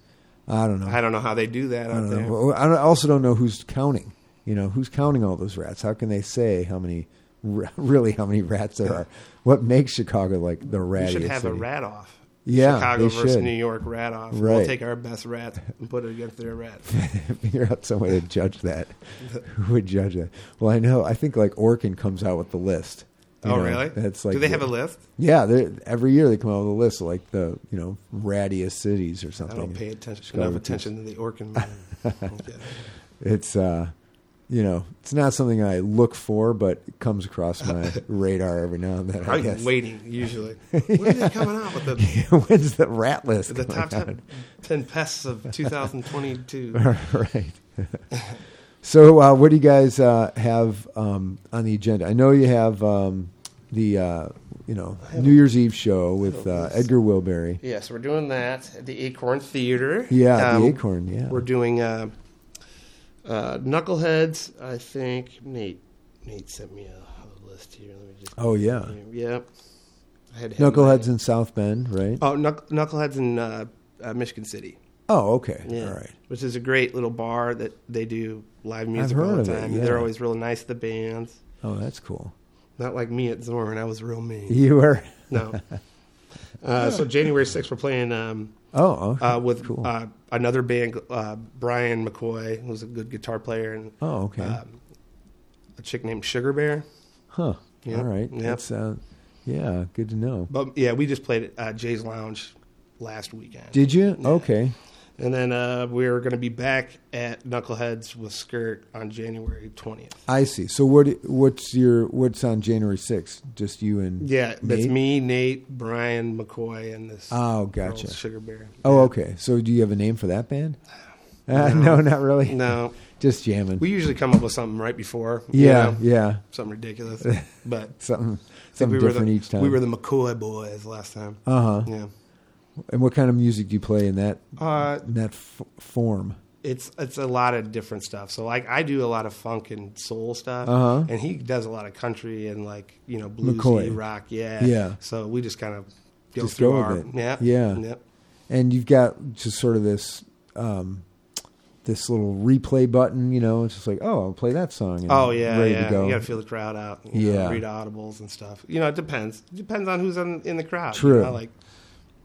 A: I don't know.
B: I don't know how they do that
A: I
B: out
A: don't
B: there.
A: know. Well, I don't- I also don't know who's counting. You know, who's counting all those rats? How can they say how many, r- really, how many rats there are? What makes Chicago like the rattiest?
B: we should have a
A: city?
B: rat off.
A: Yeah,
B: Chicago
A: they
B: versus
A: should.
B: New York rat off.
A: Right.
B: We'll take our best rats and put it against their rats.
A: figure out some way to judge that. Who would judge that? Well, I know. I think like Orkin comes out with the list. You
B: oh,
A: know,
B: really?
A: That's like
B: do they
A: the-
B: have a list?
A: Yeah, they're- every year they come out with a list of like the you know rattiest cities or
B: I
A: something.
B: don't pay attention
A: Chicago
B: enough
A: Bulls.
B: attention to the Orkin. Man. Okay.
A: It's uh, you know, it's not something I look for, but it comes across my radar every now and then. I guess.
B: I'm waiting usually. When are they coming out with the
A: When's the rat list?
B: the
A: coming
B: top
A: out?
B: 10, 10 pests of 2022.
A: right. so, uh, what do you guys uh, have um, on the agenda? I know you have um, the uh, you know New Year's Eve show with uh, Edgar Wilbury.
B: Yeah, so we're doing that at the Acorn Theater.
A: Yeah,
B: Um,
A: the Acorn. Yeah,
B: We're doing uh, uh, Knuckleheads. I think Nate Nate sent me a, a list here. Let me just.
A: Oh, yeah.
B: Yep. I had
A: Knuckleheads in South Bend, right?
B: Oh, knuck- Knuckleheads in uh, uh, Michigan City.
A: Oh, okay.
B: Yeah.
A: All right.
B: Which is a great little bar that they do live music
A: heard
B: all the
A: of it,
B: time.
A: yeah.
B: They're always real nice to the bands.
A: Oh, that's cool.
B: Not like me at Zorn. I was real mean.
A: You were.
B: No. Uh, so January 6th, we're playing um,
A: Oh, okay.
B: uh, with
A: cool.
B: uh, another band, uh, Brian McCoy, who's a good guitar player, and
A: oh, okay.
B: um, a chick named Sugar Bear.
A: huh.
B: yeah,
A: All right.
B: yeah.
A: That's uh, yeah. Good to know.
B: But yeah, we just played at uh, Jay's Lounge last weekend.
A: Did you? Okay.
B: And then uh, we're going to be back at Knuckleheads with Skirt on January 20th.
A: I see. So what? What's your? What's on January sixth? Just you and
B: Yeah, that's
A: Nate?
B: me, Nate, Brian, McCoy, and this
A: Oh,
B: girl,
A: gotcha.
B: Sugar Bear.
A: Oh, okay. So do you have a name for that band? Uh, no. not really.
B: No,
A: Just jamming.
B: we usually come up with something right before. you
A: yeah,
B: know,
A: yeah.
B: something ridiculous. But
A: Something
B: we
A: something
B: were
A: different
B: the,
A: each time.
B: We were the McCoy boys last time.
A: uh huh.
B: yeah.
A: And what kind of music do you play in that
B: Uh,
A: in that f- form?
B: it's it's a lot of different stuff. So like I do a lot of funk and soul stuff,
A: Uh-huh.
B: and he does a lot of country and like you know bluesy
A: McCoy.
B: rock. Yeah,
A: Yeah.
B: So we just kind of go
A: Just
B: through
A: go with
B: our
A: it.
B: yeah
A: Yeah.
B: Yep.
A: And you've got just sort of this um, this little replay button. You know, it's just like, oh, I'll play that song. And
B: Oh yeah,
A: ready
B: yeah.
A: to go.
B: You got to feel the crowd out. you know,
A: Yeah.
B: read audibles and stuff. You know, it depends. It depends on who's in, in the crowd. you
A: True.
B: know, like,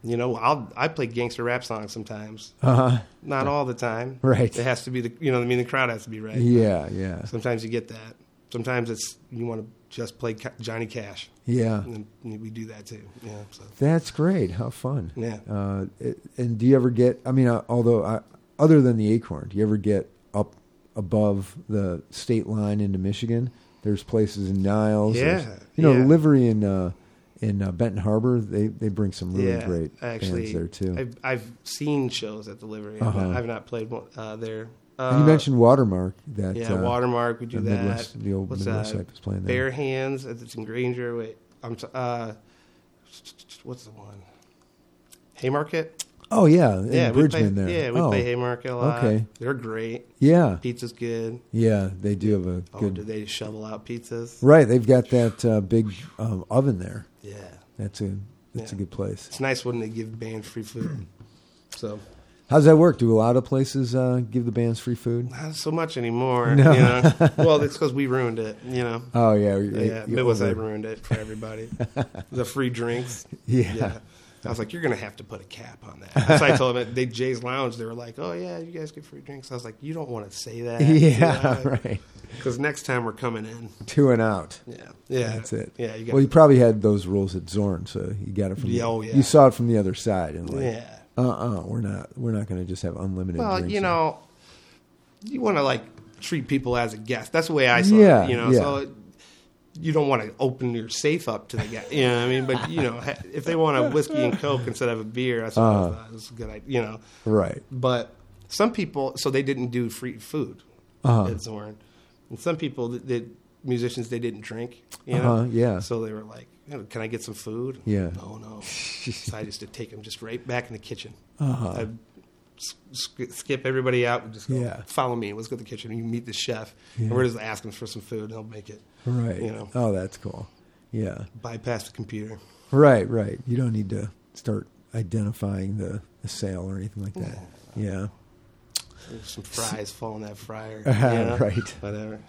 B: you know, I'll I play gangster rap songs sometimes,
A: uh-huh.
B: not all the time.
A: Right.
B: It has to be the you know what I mean the crowd has to be right.
A: Yeah, yeah,
B: Sometimes you get that. Sometimes it's you want to just play Ca- Johnny Cash.
A: yeah.
B: And we do that too. Yeah. So
A: That's great. How fun.
B: yeah.
A: Uh, it, and do you ever get? I mean, uh, although I, other than the acorn, do you ever get up above the state line into Michigan? There's places in Niles. there's-
B: Yeah,
A: you know,
B: yeah.
A: the livery in uh, in uh, Benton Harbor. They they bring some really
B: yeah.
A: great
B: I
A: bands
B: actually,
A: there too.
B: I've, I've seen shows at the Livery. I've,
A: Uh-huh.
B: not, I've not played one uh, there. Uh,
A: and you mentioned Watermark. That
B: yeah,
A: uh,
B: Watermark. We
A: the
B: do that.
A: Midwest, the old
B: What's
A: Midwest
B: that?
A: type is playing there.
B: Bare Hands. It's in Granger. Wait, I'm. T- uh, what's the one? Haymarket.
A: oh yeah, in
B: yeah,
A: Bridgman
B: we play,
A: there.
B: Yeah, we
A: oh,
B: play Haymarket a lot.
A: okay.
B: They're great.
A: yeah,
B: Pizza's good.
A: yeah. They do have a
B: Oh,
A: good.
B: do they shovel out pizzas?
A: Right, they've got that uh, big um, oven there.
B: Yeah,
A: That's a that's a
B: Yeah.
A: good place.
B: it's nice when they give band free
A: Hmm.
B: food. So
A: How does that work? Do a lot of places uh, give the bands free food?
B: Not so much anymore.
A: No.
B: You know? well, it's because we ruined it. You know.
A: Oh yeah,
B: Yeah,
A: you- you
B: Midwest I
A: over-
B: ruined it for everybody. the free drinks.
A: Yeah.
B: Yeah. I was like, you're gonna have to put a cap on that. That's why I told them at they Jay's Lounge. They were like, oh yeah, you guys get free drinks. I was like, you don't want to say that.
A: yeah, right.
B: Because next time we're coming in.
A: Two and out.
B: Yeah. Yeah.
A: That's it.
B: Yeah. You got.
A: Well, you probably had those rules at Zorn, so you got it from.
B: Yeah,
A: the,
B: oh, yeah.
A: You saw it from the other side, and like,
B: yeah.
A: uh, uh-uh, we're not, we're not going to just have unlimited.
B: Well,
A: drinks
B: you
A: here.
B: know, you want to like treat people as a guest. That's the way I saw
A: Yeah,
B: it. You know,
A: yeah.
B: so you don't want to open your safe up to the guy. You know what I mean? But you know, ha- if they want a whiskey and coke instead of a beer, that's what I
A: Uh-huh.
B: thought. That's a good idea. You know,
A: right?
B: but some people, so they didn't do free food
A: Uh-huh.
B: at Zorn, and some people that, that musicians they didn't drink. You know,
A: Uh-huh, yeah.
B: So they were like, you know, "Can I get some food?"
A: Yeah.
B: No, no. so I just to take them just right back in the kitchen.
A: Uh-huh.
B: I'd s- sk- skip everybody out and just go,
A: Yeah.
B: follow me. Let's go to the kitchen. You meet the chef, and
A: Yeah.
B: we're just asking for some food, and he'll make it.
A: Right.
B: You know.
A: Oh, that's cool. Yeah.
B: Bypass the computer.
A: Right. Right. You don't need to start identifying the, the sale or anything like that. Yeah.
B: There's some fries fall in that fryer.
A: Uh-huh,
B: you know?
A: right.
B: Whatever.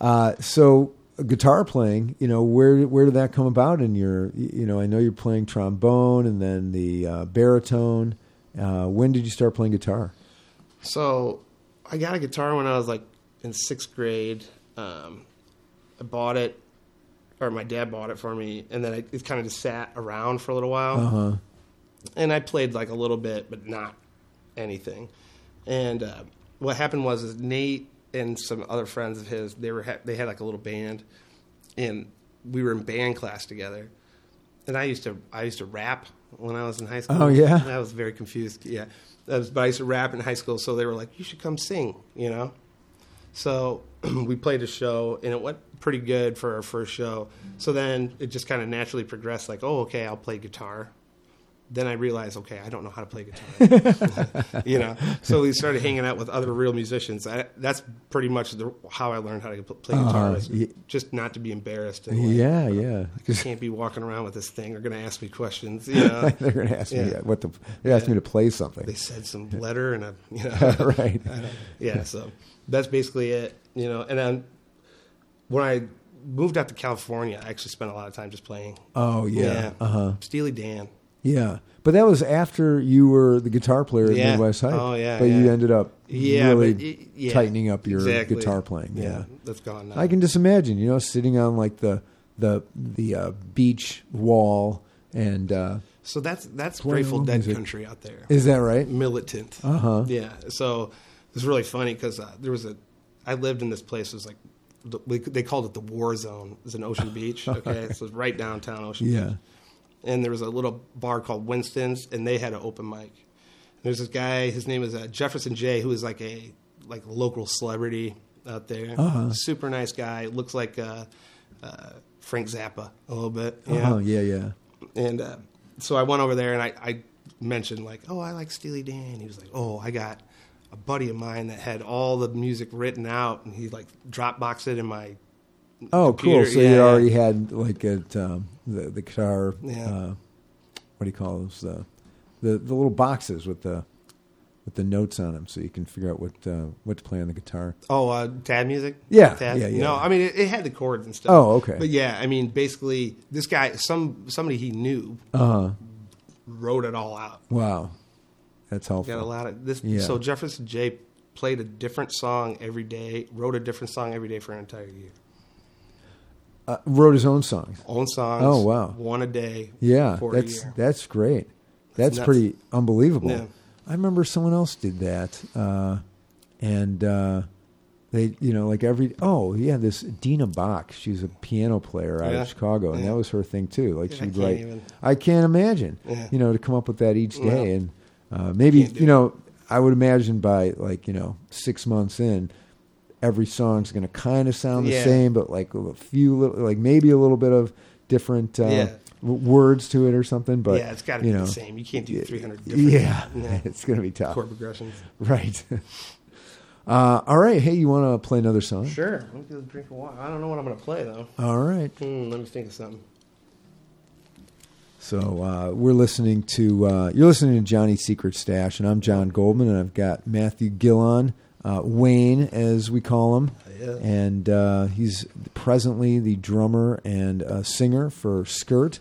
A: Uh, so guitar playing, you know, where where did that come about in your? You know, I know you're playing trombone and then the uh, baritone. Uh, when did you start playing guitar?
B: So I got a guitar when I was like in sixth grade. Um, I bought it, or my dad bought it for me, and then I, it kind of just sat around for a little while.
A: Uh huh.
B: And I played like a little bit, but not anything. And uh, what happened was is Nate and some other friends of his they were ha- they had like a little band, and we were in band class together. And I used to I used to rap when I was in high school.
A: Oh, yeah?
B: I was very confused. Yeah, I was, but I used to rap in high school, so they were like, "You should come sing," you know. So we played a show, and it went pretty good for our first show. So then it just kind of naturally progressed. Like, oh, okay, I'll play guitar. Then I realized, okay, I don't know how to play guitar. you know, so we started hanging out with other real musicians. I, that's pretty much the, how I learned how to pl- play guitar.
A: Uh,
B: was
A: yeah.
B: Just not to be embarrassed. And like,
A: Yeah, yeah.
B: I can't be walking around with this thing. They're going to ask me questions. You know,
A: They're going to ask me
B: Yeah.
A: what the. They asked me to play
B: they
A: something.
B: said some letter and a you know.
A: right.
B: yeah, so that's basically it, you know. And then when I moved out to California, I actually spent a lot of time just playing.
A: Oh yeah. Uh huh.
B: Steely Dan.
A: Yeah. But that was after you were the guitar player at
B: Yeah.
A: Midwest High.
B: Oh, yeah,
A: But you
B: yeah.
A: ended up
B: Yeah,
A: really
B: but y- yeah,
A: tightening up your
B: exactly.
A: guitar playing. yeah.
B: that's gone now.
A: I can just imagine, you know, sitting on like the the the uh, beach wall and uh,
C: So that's that's
A: Playing
C: Grateful
A: rock
C: Dead
A: music.
C: country out there.
A: Is that right?
C: Militant.
A: Uh huh.
C: Yeah. So it was really funny because uh, there was a, I lived in this place. It was like, the- we- they called it the war zone. It was in Ocean Beach. Okay. So it's right downtown Ocean
A: Yeah.
C: Beach. And there was a little bar called Winston's and they had an open mic. And there's this guy, his name is uh, Jefferson J, who is like a, like local celebrity out there.
A: Uh-huh.
C: Super nice guy. Looks like, uh, uh, Frank Zappa a little bit. you know?
A: Uh-huh. Yeah. Yeah.
C: And uh, so I went over there and I, I mentioned like, oh, I like Steely Dan. He was like, oh, I got a buddy of mine that had all the music written out, and he like Dropboxed it in my.
A: Oh,
C: Computer,
A: cool. So
C: yeah.
A: you already had like at um, the the guitar.
C: Yeah.
A: Uh, what do you call those? The, the the little boxes with the with the notes on them, so you can figure out what uh, what to play on the guitar.
C: Oh, uh, tab music.
A: Yeah,
C: tab.
A: yeah, yeah.
C: No, I mean it, it had the chords and stuff.
A: Oh, okay.
C: But yeah, I mean basically this guy, some somebody he knew,
A: Uh huh.
C: wrote it all out.
A: Wow, that's helpful.
C: Got a lot of this.
A: Yeah.
C: So Jefferson J played a different song every day, wrote a different song every day for an entire year.
A: Uh, wrote his own songs.
C: Own songs.
A: Oh, wow.
C: One a day.
A: Yeah,
C: for a
A: that's
C: year.
A: that's great. That's
C: nuts.
A: pretty unbelievable.
C: Yeah.
A: I remember someone else did that, uh, and uh, they, you know, like every oh yeah, this Dina Bach, she's a piano player out
C: Yeah.
A: of Chicago, and
C: Yeah.
A: that was her thing too. Like
C: Yeah, I
A: she'd
C: can't
A: write,
C: even-
A: I can't imagine,
C: Yeah.
A: you know, to come up with that each
C: No.
A: day, and uh, maybe
C: Can't do
A: you know, I would imagine by like you know six months in. Every song's going to kind of sound the
C: Yeah.
A: same, but like a few little, like maybe a little bit of different uh,
C: Yeah.
A: w- words to it or something. But
C: yeah, it's got to
A: you
C: be
A: know,
C: the same. You can't do 300 different
A: Yeah,
C: yeah,
A: it's gonna be tough,
C: chord progressions.
A: right? uh, all right, hey, you want to play another song?
C: Sure. Let me get a drink of water. I don't know what I'm going to play, though.
A: All right.
C: Hmm, let me think of something.
A: So uh, we're listening to uh, you're listening to Johnny Secret Stash, and I'm John Goldman, and I've got Matthew Gillon, uh, Wayne as we call him,
C: Yeah.
A: and uh, he's presently the drummer and uh, singer for Skirt,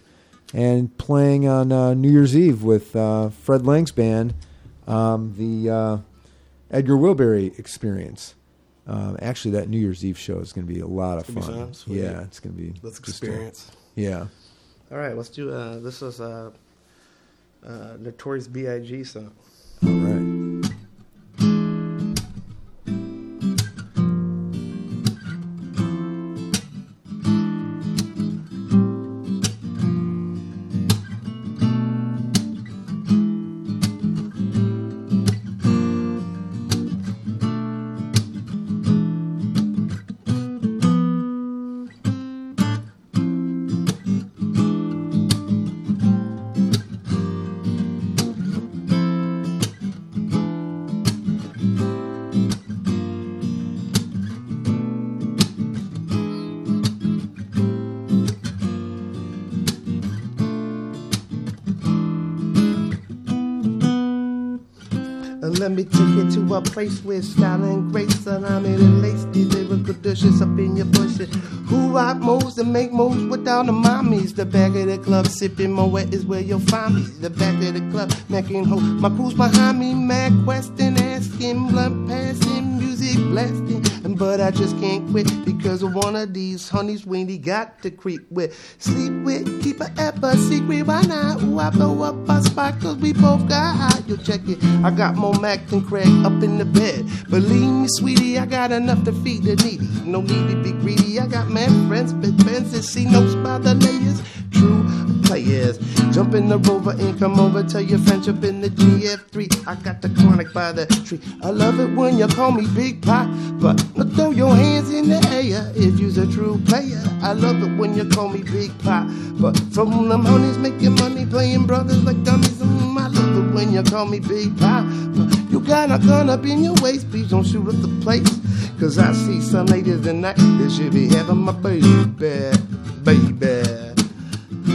A: and playing on uh, New Year's Eve with uh, Fred Lang's band, um, the uh, Edgar Wilbury Experience. Um, actually, that New Year's Eve show is going to be a lot of
C: It's gonna
A: fun.
C: be fun. Sweet.
A: Yeah, it's going to be
C: Let's
A: just a-
C: experience.
A: yeah.
C: All right, let's do uh, this is uh, uh, Notorious B.I.G. song.
A: All right.
C: And let me take you to a place with style and grace. And I'm in a lace. These lyrical dishes up in your bushes. Who rock moves and make moves with all the mommies? The back of the club, sipping my wet is where you'll find me. The back of the club, macking ho. My crew's behind me, mad question, asking, blunt passing, music blasting. And But I just can't quit because of one of these honeys weenie got to creep with. Sleep with, keep a ever a secret. Why not? Ooh, I blow up a spot cause we both got hot. Yo, check it. I got more Mac than Craig up in the bed. Believe me, sweetie, I got enough to feed the needy. No need to be greedy. I got mad friends, big fans that see notes by the layers. True players. Jump in the rover and come over. Tell your friends jump in the GF3. I got the chronic by the tree. I love it when you call me Big Pop, but throw your hands in the air if you's a true player. I love it when you call me Big Pop, but from them honeys making money playing brothers like dummies. Mm, I love it when you call me Big Pop, but you got a gun up in your waist. Please don't shoot up the place, cause I see some ladies tonight that should be having my baby, baby.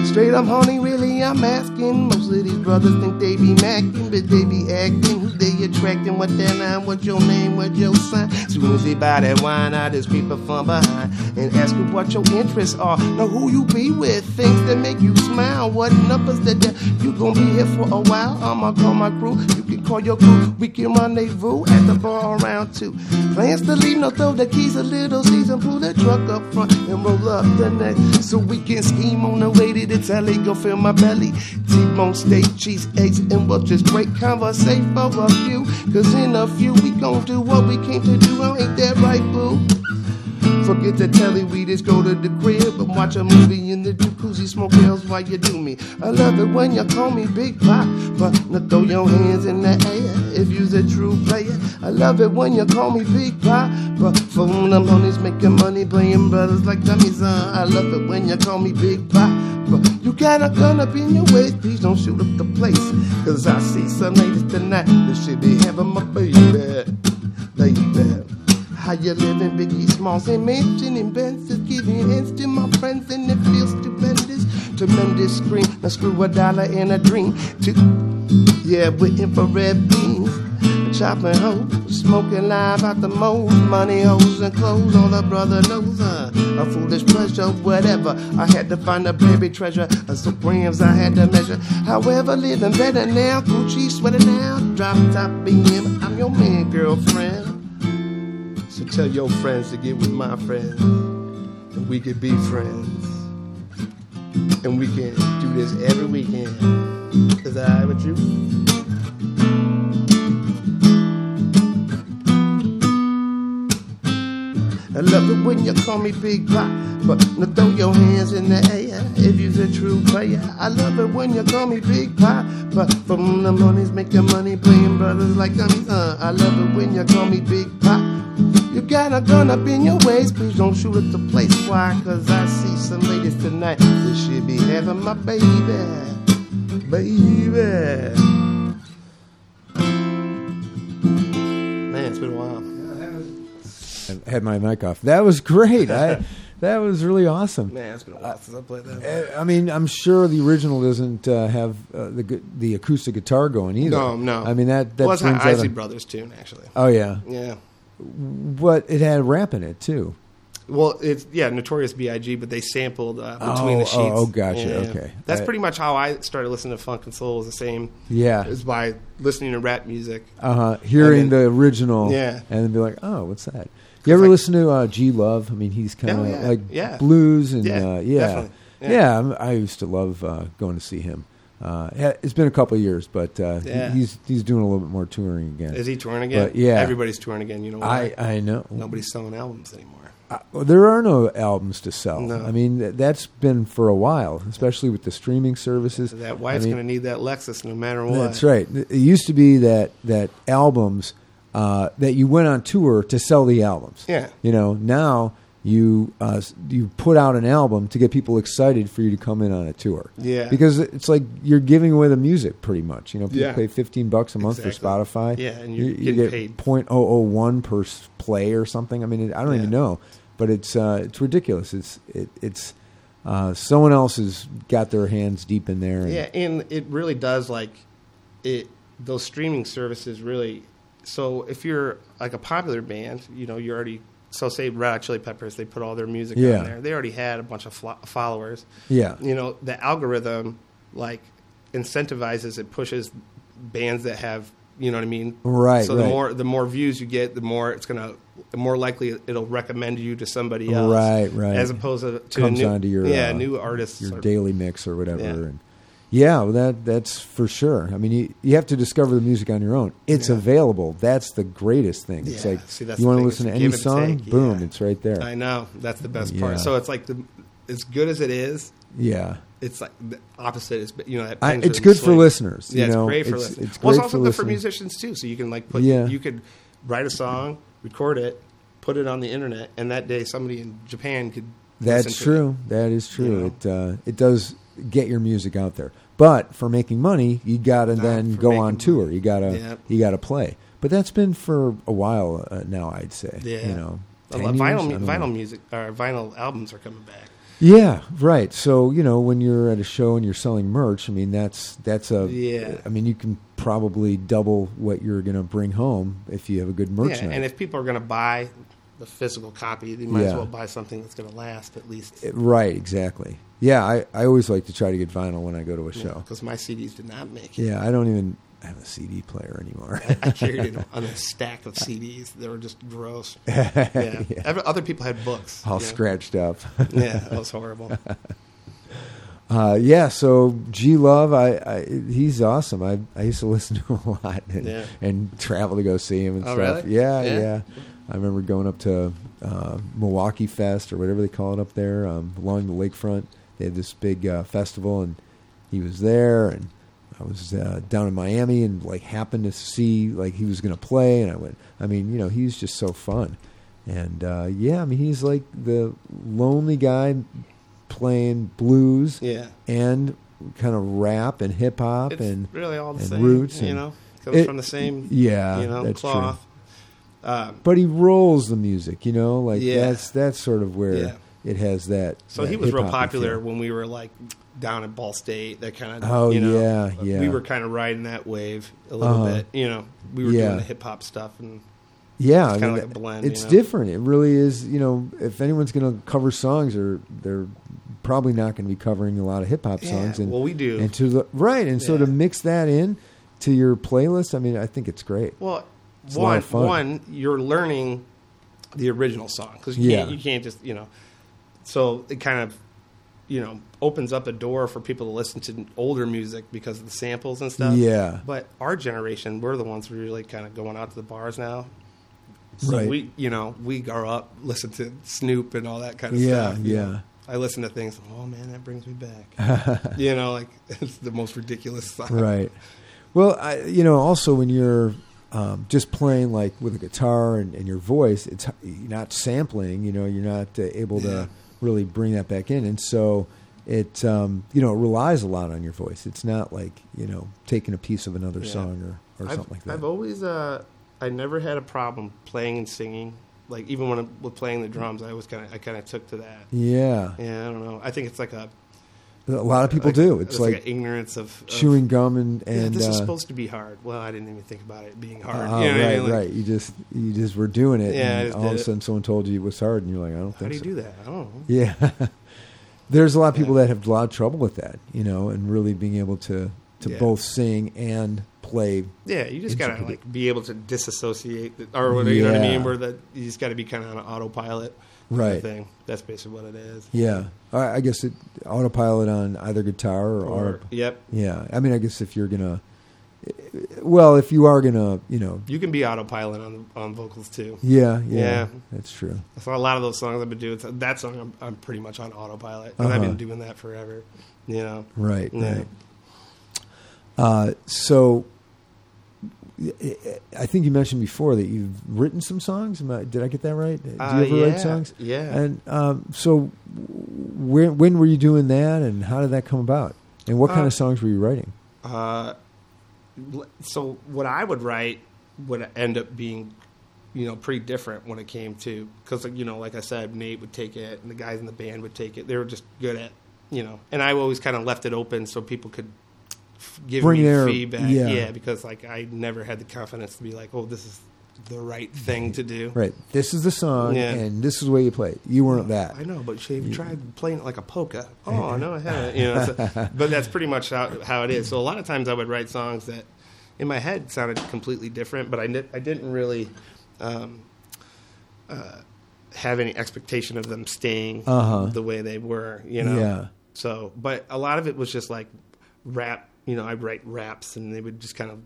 C: Straight up, honey, really, I'm asking. Most of these brothers think they be macking, but they be acting. Who they attracting? What their line? What your name? What your sign? Soon as they buy that wine, I just creep up from behind and ask you what your interests are. Know who you be with, things that make you smile. What numbers that they- you gon' be here for a while? I'ma call my crew. You can call your crew. We can rendezvous at the bar around two. Plans to leave, no throw the keys a little season. Pull the truck up front and roll up the next so we can scheme on the way to the
B: telly, go fill my belly. T-bone steak, cheese, eggs, and we'll just break conversate for a few. Cause in a few, we gon' do what we came to do. Oh, ain't that right, boo? Forget the telly, we just go to the crib and watch a movie in the jacuzzi, smoke girls while you do me. I love it when you call me Big Pop, but now throw your hands in the air if you's a true player. I love it when you call me Big Pop, but for when I'm homies making money, playing brothers like dummies, uh, I love it when you call me Big Pop. But you got a gun up in your waist, please don't shoot up the place. Cause I see some ladies tonight that should be having my baby, baby. How you living, Biggie Smalls and Mansion and Benson's giving hints to my friends and it feels stupendous. Tremendous scream, now screw a dollar and a dream. To, yeah, with infrared beams. Chopping hoes, smoking live out the mold. Money, hoes, and clothes, all a brother knows. Uh, a foolish pleasure, whatever. I had to find a baby treasure, a supremes I had to measure. However, living better now. Gucci sweating now. Drop top BM, I'm your man, girlfriend. So tell your friends to get with my friends, and we can be friends. And we can do this every weekend. Is that all right with you? I love it when you call me Big Pop, but now throw your hands in the air if you's a true player. I love it when you call me Big Pop, but from the money's making money playing brothers like dummies. Uh, I love it when you call me Big Pop. You got a gun up in your waist, please don't shoot at the place. Why? Cause I see some ladies tonight that should be having my baby, baby. Man, it's been a while.
A: I had my mic off. That was great. I, that was really awesome.
B: Man, it's been a while since I played that.
A: Uh, I mean, I'm sure the original doesn't uh, have uh, the gu- the acoustic guitar going either.
B: No, Oh, no.
A: I mean that that
B: well, it's an
A: turns out
B: Isley
A: a-
B: Brothers tune, actually.
A: Oh yeah,
B: Yeah.
A: but it had rap in it too.
B: Well, it's yeah, Notorious B.I.G., but they sampled uh,
A: Oh,
B: between the
A: oh,
B: sheets.
A: oh, gotcha,
B: Yeah.
A: okay.
B: That's
A: I-
B: pretty much how I started listening to funk and soul. Was the same.
A: Yeah,
B: Is by listening to rap music.
A: uh-huh. hearing
B: and then-
A: the original,
B: Yeah.
A: and then be like, oh, what's that? You ever
B: like-
A: listen to uh, G Love? I mean, he's kind of
B: Oh, yeah,
A: like
B: yeah.
A: blues and
B: Yeah,
A: uh, yeah,
B: definitely,
A: yeah.
B: yeah.
A: I'm- I used to love uh, going to see him. Uh, yeah, it's been a couple of years, but uh, he-
B: Yeah.
A: he's he's doing a little bit more touring again.
B: Is he touring again?
A: But, yeah.
B: everybody's touring again. You know,
A: I
B: why?
A: I know.
B: nobody's selling albums anymore.
A: Uh, well, there are no albums to sell.
B: No.
A: I mean, th- that's been for a while, especially with the streaming services.
B: That wife's
A: I mean,
B: going to need that Lexus no matter what.
A: That's right. It used to be that that albums uh, that you went on tour to sell the albums.
B: Yeah.
A: You know, now you uh, s- you put out an album to get people excited for you to come in on a tour.
B: Yeah.
A: Because it's like you're giving away the music pretty much. You know, people
B: Yeah.
A: pay 15 bucks a month for
B: Exactly.
A: Spotify.
B: Yeah, and you're
A: you, you
B: getting
A: get
B: paid.
A: 0.001 per s- play or something. I mean, it, I don't
B: Yeah.
A: even know, but it's uh, it's ridiculous. It's it, it's uh, someone else has got their hands deep in there. and-
B: Yeah, and it really does like it. Those streaming services really. So if you're like a popular band, you know, you already. So say Red Hot Chili Peppers, they put all their music
A: Yeah.
B: on there. They already had a bunch of flo- followers.
A: Yeah.
B: You know, the algorithm like incentivizes it pushes bands that have. You know what I mean?
A: Right,
B: So
A: right.
B: the more the more views you get, the more it's gonna the more likely it'll recommend you to somebody else.
A: Right, right.
B: As opposed to, to
A: comes
B: a new,
A: onto your
B: yeah
A: uh,
B: new artists
A: your
B: or-
A: daily mix or whatever.
B: Yeah.
A: And yeah, well, that that's for sure. I mean, you you have to discover the music on your own. It's
B: Yeah.
A: available. That's the greatest thing. It's
B: Yeah.
A: like
B: See, that's
A: you
B: the
A: want to
B: thing.
A: listen to
B: It's
A: any
B: give and
A: song,
B: take.
A: boom,
B: Yeah.
A: it's right there.
B: I know that's the best
A: Yeah.
B: part. So it's like the as good as it is,
A: yeah,
B: it's like the opposite. Is you know that
A: I-
B: pendulum
A: it's good for
B: swing.
A: listeners,
B: Yeah,
A: you know,
B: it's great for
A: it's-
B: listeners.
A: it's
B: well, it's
A: great
B: also
A: for
B: good for
A: listening.
B: musicians too. So you can like put
A: Yeah.
B: you could write a song, record it, put it on the internet, and that day somebody in Japan could.
A: that's
B: listen to it.
A: true. That is
B: know?
A: true. It uh, it does get your music out there. But for making money, you gotta then
B: for
A: go
B: making
A: on
B: money.
A: tour. You gotta
B: Yep.
A: you gotta play. But that's been for a while uh, now. I'd say.
B: Yeah,
A: You know.
B: A
A: 10
B: lot-
A: years?
B: vinyl
A: I
B: mu-
A: don't know.
B: vinyl music or vinyl albums are coming back.
A: Yeah, right. So you know, when you're at a show and you're selling merch, I mean, that's that's a.
B: Yeah.
A: I mean, you can probably double what you're going to bring home if you have a good merch
B: yeah,
A: night.
B: and if people are going to buy the physical copy, they might as
A: Yeah.
B: well buy something that's going to last at least.
A: It- right, exactly. Yeah, I, I always like to try to get vinyl when I go to a show.
B: Because my CDs did not make it.
A: Yeah, I don't even have a CD player anymore.
B: I carried it on a stack of CDs. They were just gross. Yeah. Ev- Other people had books.
A: All
B: you know?
A: scratched up.
B: Yeah, that was horrible.
A: Uh, yeah, so G Love, I, I he's awesome. I I used to listen to him a lot and,
B: Yeah.
A: and travel to go see him and
B: Oh,
A: stuff.
B: really?
A: Yeah, yeah,
B: Yeah.
A: I remember going up to uh, Milwaukee Fest or whatever they call it up there um, along the lakefront. They had this big uh, festival and he was there and I was uh, down in Miami and like happened to see like he was going to play and I went. I mean, you know, he's just so fun. And uh, yeah, I mean, he's like the lonely guy playing blues
B: Yeah.
A: and kind of rap and hip hop
B: It's
A: and
B: really all the
A: and
B: same.
A: roots
B: you
A: and-
B: know, comes
A: It-
B: from the same,
A: yeah,
B: you know,
A: that's
B: cloth.
A: true.
B: Um,
A: But he rolls the music, you know, like
B: Yeah.
A: that's that's sort of where
B: Yeah.
A: it has that.
B: so
A: that
B: he was real
A: hip-hop
B: popular
A: feel.
B: when we were like down at Ball State. That kind of,
A: Oh,
B: you know,
A: yeah, yeah.
B: We were kind of riding that wave a little
A: Uh-huh.
B: bit. You know, we were
A: Yeah.
B: doing the hip hop stuff and
A: Yeah,
B: It's kinda like a blend,
A: It's
B: you know?
A: different. It really is. You know, if anyone's going to cover songs, they're they're probably not going to be covering a lot of hip hop
B: yeah,
A: songs. And
B: well, we do.
A: and to the right, and so
B: Yeah.
A: to mix that in to your playlist, I mean, I think it's great.
B: Well,
A: It's a lot
B: one,
A: of fun.
B: one, you're learning the original song because you can't,
A: Yeah.
B: you can't just you know. So it kind of, you know, opens up a door for people to listen to older music because of the samples and stuff.
A: Yeah.
B: But our generation, we're the ones who are really kind of going out to the bars now. So
A: Right.
B: we, you know, we grow up listen to Snoop and all that kind of
A: Yeah,
B: stuff. you
A: yeah.
B: know. I listen to things. Oh man, that brings me back. you know, like it's the most ridiculous song.
A: right. Well, I, you know, also when you're um, just playing like with a guitar and, and your voice, it's you're not sampling. You know, you're not uh, able to
B: Yeah.
A: really bring that back in, and so it um, you know it relies a lot on your voice. It's not like you know taking a piece of another
B: Yeah.
A: song or, or
B: I've,
A: something like that.
B: I've always, uh, I never had a problem playing and singing. Like even when I'm with playing the drums, I always kind of, I kind of took to that.
A: yeah.
B: Yeah, I don't know. I think it's like a
A: a lot of people
B: like-
A: do. It's like,
B: an ignorance of, of
A: chewing gum and
B: Yeah,
A: and
B: this is
A: uh,
B: supposed to be hard. Well, I didn't even think about it being hard.
A: oh,
B: you know what I
A: right,
B: mean? Like,
A: right. You just you just were doing it,
B: Yeah, I
A: and
B: just
A: all of
B: did
A: a
B: it.
A: sudden someone told you it was hard, and you're like, I don't think
B: How do you
A: so.
B: do that? I don't know.
A: Yeah. There's a lot of people that have a lot of trouble with that, you know, and really being able to to
B: Yeah.
A: both sing and play.
B: Yeah, you just gotta
A: Intricate.
B: like be able to disassociate, the, or whatever, you know what I
A: Yeah.
B: mean. Where that you just gotta be kind of on autopilot. kind of
A: Right.
B: Thing. That's basically what it is.
A: Yeah. I I guess it autopilot on either guitar or,
B: Or-
A: arp.
B: yep.
A: Yeah. I mean, I guess if you're going to well, if you are going to, you know,
B: You can be autopilot on on vocals too.
A: yeah, yeah,
B: Yeah.
A: That's true.
B: So a lot of those songs I've been doing. so That song I'm, I'm pretty much on autopilot, and I've
A: Uh-huh.
B: been doing that forever. You know,
A: Right.
B: Yeah.
A: Right. Uh, so I think you mentioned before that you've written some songs. Am I- Did I get that right? Do you
B: Uh,
A: ever
B: yeah,
A: write songs?
B: Yeah.
A: And um, so, when when were you doing that, and how did that come about, and what kind
B: Uh,
A: of songs were you writing?
B: uh, l- so what I would write would end up being, you know, pretty different when it came to because you know, like I said, Nate would take it, and the guys in the band would take it. They were just good at, you know, and I always kind of left it open so people could f- give
A: Bring
B: me
A: their-
B: feedback.
A: yeah.
B: because like I never had the confidence to be like, oh, this is the right thing to do.
A: Right, this is the song,
B: Yeah.
A: and this is the way you play. it. You weren't that.
B: I know, but she tried playing it like a polka. Oh no, I haven't. You know, so- but that's pretty much how, how it is. So a lot of times I would write songs that, in my head, sounded completely different, but I did, I didn't really um, uh, have any expectation of them staying
A: Uh-huh.
B: the way they were. You know.
A: Yeah.
B: So, but a lot of it was just like rap. You know, I'd write raps, and they would just kind of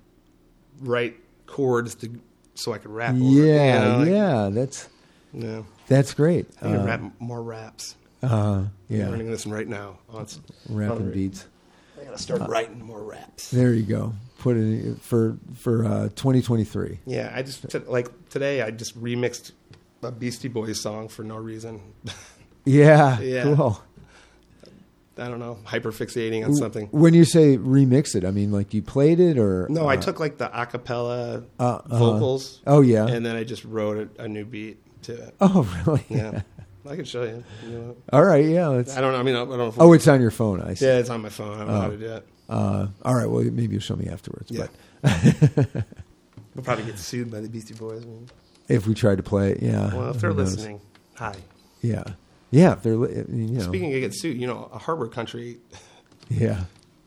B: write chords to so I could rap. Over it, you
A: Yeah,
B: know, like,
A: yeah, that's
B: You know,
A: that's great.
B: I need to
A: Uh,
B: rap more raps.
A: uh, yeah,
B: I'm learning this right now. Oh, it's-
A: rapping
B: Alright.
A: beats.
B: I gotta start writing more raps.
A: There you go. Put it for for uh, 2023.
B: Yeah, I just t- like today. I just remixed a Beastie Boys song for no reason.
A: Yeah,
B: Yeah.
A: cool.
B: I don't know, hyperfixating on something.
A: When you say remix it, I mean like you played it or
B: No, I
A: uh,
B: took like the acapella
A: uh, uh-huh.
B: vocals,
A: Oh yeah.
B: and then I just wrote a, a new beat to it.
A: oh really?
B: Yeah, I can show you. you know.
A: All right. Yeah. Let's,
B: I don't know. I mean, I don't know. If
A: oh, it's on your phone. I see.
B: yeah, it's on my phone. I don't know how to do it.
A: Uh, all right. Well, maybe you'll show me afterwards.
B: Yeah.
A: But
B: We'll probably get sued by the Beastie Boys.
A: if we tried to play it, yeah.
B: Well, if
A: who
B: they're
A: knows?
B: listening, hi.
A: Yeah. Yeah. If they're, li- I mean, you know.
B: Speaking of get sued, you know, a Harbor Country
A: Yeah.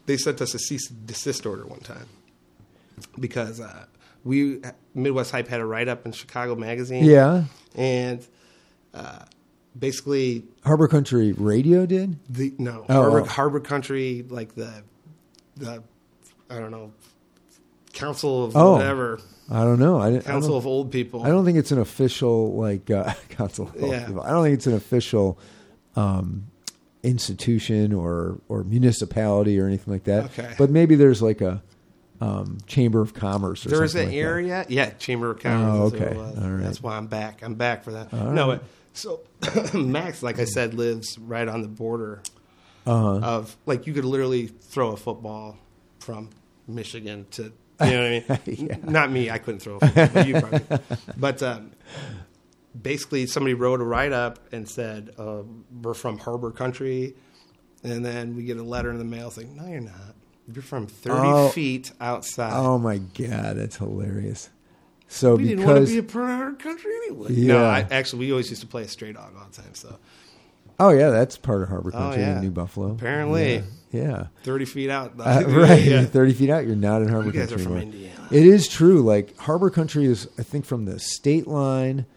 B: they sent us a cease and desist order one time because uh, we Midwest Hype had a write up in Chicago Magazine.
A: Yeah.
B: and uh, basically
A: Harbor Country Radio did.
B: the no
A: Oh,
B: Harbor,
A: oh.
B: Harbor Country like the the I don't know council of
A: Oh.
B: whatever
A: I don't know. I, didn't- I
B: council
A: don't.
B: of old people.
A: I don't think it's an official like uh, council. of
B: Yeah.
A: people. I don't think it's an official um, institution or or municipality or anything like that.
B: Okay.
A: But maybe there's like a um, chamber of commerce. or
B: There is
A: something
B: an
A: like that.
B: area, yeah, Chamber of Commerce.
A: Oh,
B: that's what it
A: okay.
B: was.
A: All right.
B: That's why I'm back. I'm back for that. no, but, so Max, like I said, lives right on the border
A: Uh-huh.
B: of like you could literally throw a football from Michigan to you know what I mean. Not me, I couldn't throw a football, but you probably. could. But um, basically, somebody wrote a write up and said uh, we're from Harbor Country, and then we get a letter in the mail saying, "No, you're not. You're from 30
A: Oh.
B: feet outside."
A: Oh my god, that's hilarious. So
B: We didn't want
A: because
B: to be a part of our country anyway.
A: Yeah.
B: No, I, actually, we always used to play a stray dog all the time. So
A: oh yeah, that's part of Harbor Country
B: Oh, yeah.
A: in New Buffalo.
B: apparently,
A: Yeah.
B: thirty feet out,
A: Uh, right,
B: Yeah.
A: You're thirty feet out, you're not in Harbor
B: You guys
A: Country.
B: are from
A: anymore.
B: Indiana.
A: It is true. Like Harbor Country is, I think, from the state line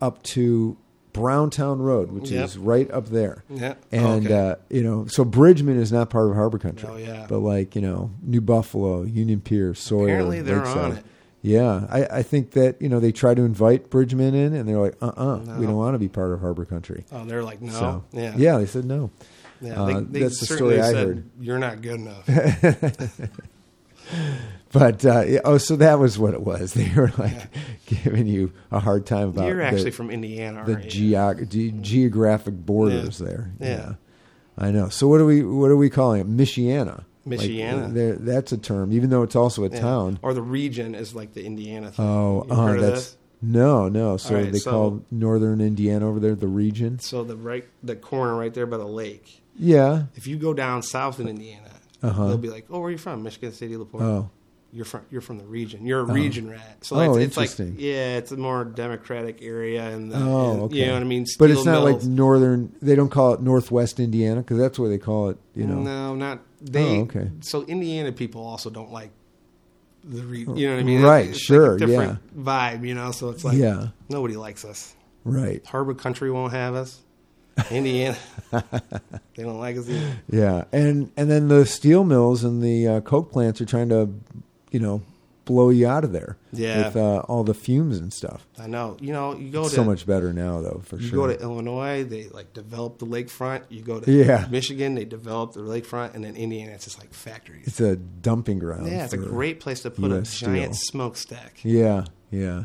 A: up to Browntown Road, which
B: Yep.
A: is right up there.
B: Yeah.
A: And
B: Okay.
A: uh, you know, so Bridgman is not part of Harbor Country.
B: Oh, yeah.
A: But like you know, New Buffalo, Union Pier, Sawyer,
B: Apparently they're
A: Lakeside.
B: on it.
A: Yeah, I, I think that you know they try to invite Bridgman in, and they're like, uh, uh we
B: No.
A: don't want to be part of Harbor Country.
B: Oh, they're like no,
A: So
B: yeah,
A: they said no.
B: yeah.
A: Uh, that's the
B: certainly
A: story I
B: said,
A: heard.
B: You're not good enough.
A: But uh, yeah, oh, so that was what it was. They were like giving you a hard time about
B: You're
A: the-
B: actually from Indiana,
A: the
B: aren't you?
A: geog- ge- geographic borders there.
B: Yeah.
A: I know. So what are we what are we calling it? Michiana. Like,
B: Michiana.
A: there- that's a term, even though it's also a
B: Yeah.
A: town.
B: or the region is like the Indiana thing.
A: Oh,
B: You
A: uh,
B: heard of
A: that's
B: this?
A: no, no. So
B: right,
A: they
B: so-
A: call northern Indiana over there the region.
B: so the right, the corner right there by the lake.
A: Yeah.
B: If you go down south in Indiana,
A: Uh-huh.
B: they'll be like, "Oh, where are you from? Michigan City, Laporte."
A: Oh,
B: you're from you're from the region. You're a region rat. So like,
A: Uh-huh. Oh,
B: it's, it's like
A: interesting.
B: yeah, it's a more democratic area and the,
A: Oh,
B: and-
A: okay.
B: you know what I mean.
A: but
B: Steel
A: it's not like
B: mills.
A: northern. They don't call it Northwest Indiana because that's what they call it. You know.
B: Mm, no, not they.
A: Oh, okay.
B: So Indiana people also don't like the re, you know what I mean.
A: Right,
B: It's like a
A: sure,
B: different vibe, you know. So it's like
A: Yeah.
B: nobody likes us.
A: Right.
B: Harbor Country won't have us. Indiana, they don't like us either.
A: Yeah, and and then the steel mills and the uh, coke plants are trying to, you know, blow you out of there.
B: Yeah.
A: with uh, all the fumes and stuff.
B: I know. You know, you go
A: It's
B: to
A: so much better now, though, for
B: You
A: sure.
B: go to Illinois, they like develop the lakefront. You go to
A: Yeah.
B: Michigan, they develop the lakefront, and then Indiana, it's just like factories.
A: it's a dumping ground.
B: yeah, it's a
A: for-
B: great place to put a
A: US steel.
B: giant smokestack.
A: Yeah, yeah.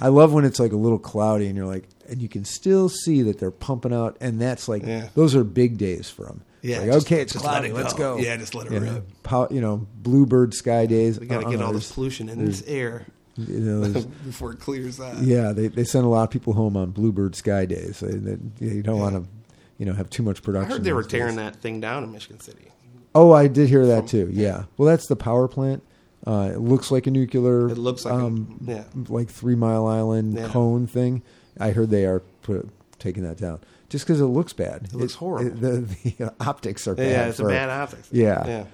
A: I love when it's like a little cloudy and you're like, and you can still see that they're pumping out, and that's like,
B: Yeah.
A: those are big days for them.
B: Yeah,
A: like,
B: just-
A: okay, it's
B: just let
A: cloudy,
B: it
A: let's
B: go.
A: go.
B: Yeah, just let it rip.
A: Pow- you know, bluebird sky days.
B: We got to
A: uh-uh,
B: get all this
A: there's-
B: pollution in this air
A: you know, there's-
B: before it clears out.
A: Yeah, they, they send a lot of people home on Bluebird Sky Days. They, they, you don't want to, you know, have too much
B: I
A: production.
B: heard they were
A: those days.
B: tearing that thing down in Michigan City.
A: Oh, I did hear that too. Yeah. Well, that's the power plant. Uh, it looks like a nuclear. um,
B: It looks like a- yeah.
A: like Three Mile Island
B: Yeah.
A: cone thing. I heard they are put, taking that down just because it looks bad. It
B: looks horrible.
A: the, the optics are bad.
B: Yeah, it's a
A: for-
B: bad optics.
A: Yeah.
B: yeah.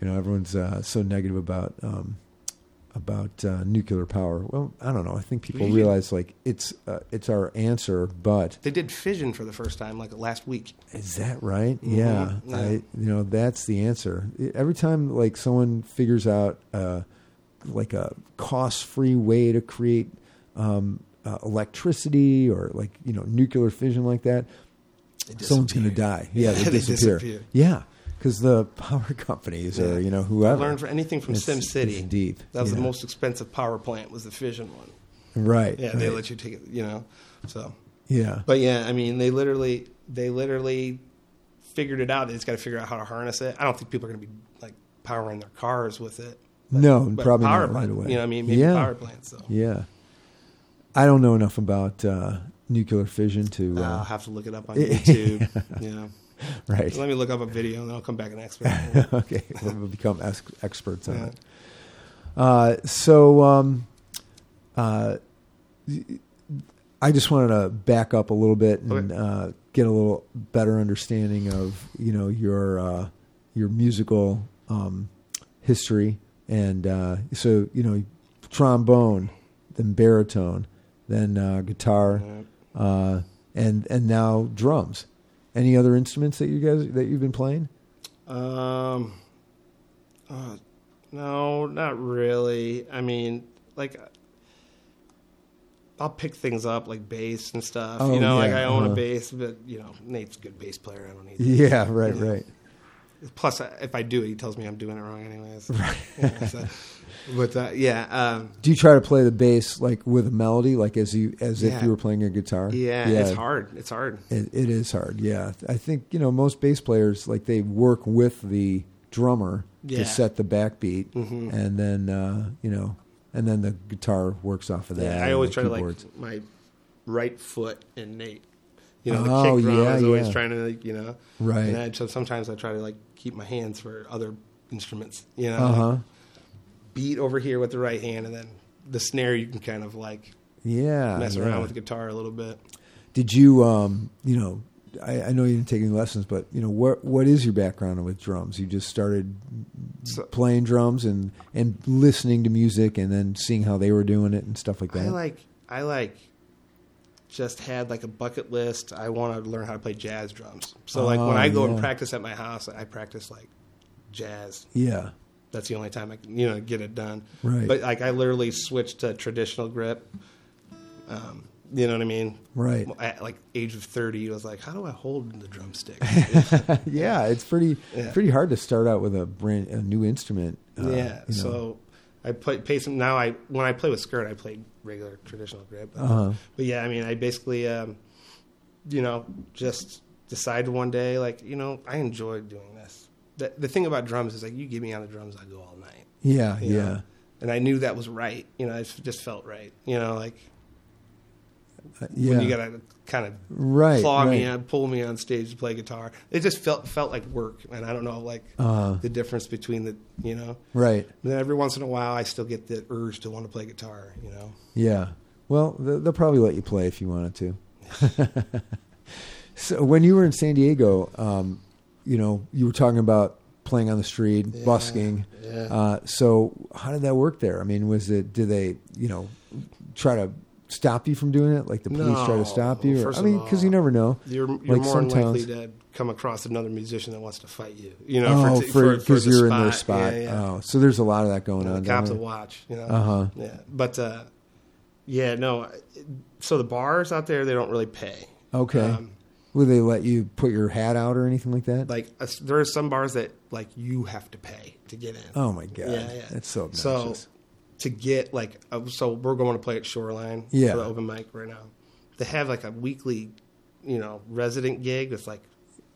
A: You know, everyone's uh, so negative about um, about uh, nuclear power. Well, I don't know. I think people
B: Yeah.
A: realize like it's uh, it's our answer, but
B: They did fission for the first time like last week.
A: is that right?
B: Mhm.
A: Yeah,
B: Yeah.
A: I, you know that's the answer. E, Every time like someone figures out uh, like a cost-free way to create um, uh, electricity or like you know nuclear fission like that, someone's going to die. Yeah, they,
B: They
A: disappear.
B: disappear.
A: Yeah, because the power companies or
B: Yeah.
A: you know whoever
B: Learn for anything from
A: It's-
B: Sim City.
A: it's deep.
B: That was
A: Yeah.
B: the most expensive power plant was the fission one.
A: right.
B: Yeah, they
A: right.
B: let you take it. You know, so
A: yeah.
B: But yeah, I mean, they literally they literally figured it out. They just got to figure out how to harness it. I don't think people are going to be like powering their cars with it.
A: No, probably
B: power
A: not right
B: plant,
A: away.
B: You know, what I mean, maybe
A: yeah,
B: power plants. So
A: yeah. I don't know enough about uh, nuclear fission to uh,
B: I'll have to look it up on YouTube. You know,
A: right.
B: let me look up a video and then I'll come back and expert.
A: okay, we'll become ex- experts on
B: Yeah.
A: it. Uh, so, um, uh, I just wanted to back up a little bit and
B: Okay.
A: uh, get a little better understanding of you know your uh, your musical um, history, and uh, so you know trombone, then baritone, then uh, guitar,
B: Alright.
A: uh, and and now drums. Any other instruments that you guys that you've been playing?
B: Um, uh, no, not really. I mean, like, I'll pick things up like bass and stuff.
A: Oh,
B: you know, like
A: yeah,
B: I own
A: uh-huh.
B: a bass, but you know, Nate's a good bass player. I don't need. that.
A: Yeah, right, right.
B: Plus, I- if I do it, he tells me I'm doing it wrong, anyways. Yeah, so- but uh, yeah, um,
A: Do you try to play the bass like with a melody, like as you as if
B: Yeah.
A: you were playing a guitar?
B: yeah, it's hard. It's hard.
A: It, it is hard. Yeah, I think you know most bass players like they work with the drummer
B: Yeah. Mm-hmm.
A: to set the backbeat, and then uh, you know, and then the guitar works off of that.
B: Yeah, I
A: and
B: always
A: the
B: try to
A: keyboards.
B: like my right foot and Nate. You know, the
A: Oh,
B: kick drum
A: yeah,
B: is always
A: yeah.
B: trying to, like, you know.
A: Right.
B: And I, so sometimes I try to like keep my hands for other instruments. You know,
A: Uh
B: like,
A: huh.
B: beat over here with the right hand, and then the snare you can kind of like
A: Yeah.
B: mess
A: Ah, yeah.
B: around with the guitar a little bit.
A: Did you, um, you know, I, I know you didn't take any lessons, but you know, what what is your background with drums? You just started
B: So-
A: playing drums and and listening to music, and then seeing how they were doing it and stuff like that.
B: I like I like just had like a bucket list. I want to learn how to play jazz drums. So like
A: Oh,
B: when I go
A: yeah.
B: and practice at my house, I practice like jazz
A: yeah.
B: that's the only time I can, you know, get it done.
A: Right.
B: But like I literally switched to traditional grip. Um, you know what I mean?
A: Right.
B: At like age of thirty, I was like, how do I hold the drumstick?
A: yeah, it's pretty
B: Yeah.
A: pretty hard to start out with a brand a new instrument. uh, you
B: yeah.
A: know.
B: So I play, play some now. I when I play with skirt, I play regular traditional grip.
A: Uh-huh.
B: But yeah, I mean, I basically, um, you know, just decided one day, like, you know, I enjoy doing this. The, the thing about drums is like, you get me on the drums, I go all night.
A: yeah,
B: you
A: yeah,
B: know? And I knew that was right. You know, it just felt right. You know, like
A: Uh, yeah.
B: when you gotta kind of
A: right,
B: claw
A: right.
B: me and pull me on stage to play guitar. It just felt felt like work, and I don't know like
A: Uh-huh.
B: the difference between the you know.
A: right.
B: And then every once in a while, I still get the urge to want to play guitar. You know,
A: Yeah. Well, they'll they'll probably let you play if you wanted to. so when you were in San Diego, um, you know, you were talking about playing on the street, busking.
B: yeah.
A: Uh, so how did that work there? I mean, was it did they you know try to stop you from doing it? Like the police try to
B: No.
A: stop you? Or,
B: First
A: I
B: of
A: mean, because
B: all,
A: you never know.
B: you're you're
A: Like
B: more
A: some
B: than
A: towns-
B: likely to come across another musician that wants to fight you. You know,
A: oh,
B: t-
A: for because
B: the
A: you're in their
B: Yeah,
A: spot.
B: yeah.
A: Oh, so there's a lot of that going
B: you know,
A: on.
B: the
A: down
B: cops
A: there.
B: will watch. You know,
A: Uh-huh.
B: yeah, but uh, yeah, no. So the bars out there, they don't really pay.
A: Okay.
B: Um,
A: Will they let you put your hat out or anything like that?
B: like uh, there are some bars that like you have to pay to get in.
A: oh my god, that's so obnoxious.
B: So to get like uh, so we're going to play at Shoreline
A: Yeah.
B: for the open mic right now. They have like a weekly, you know, resident gig. It's like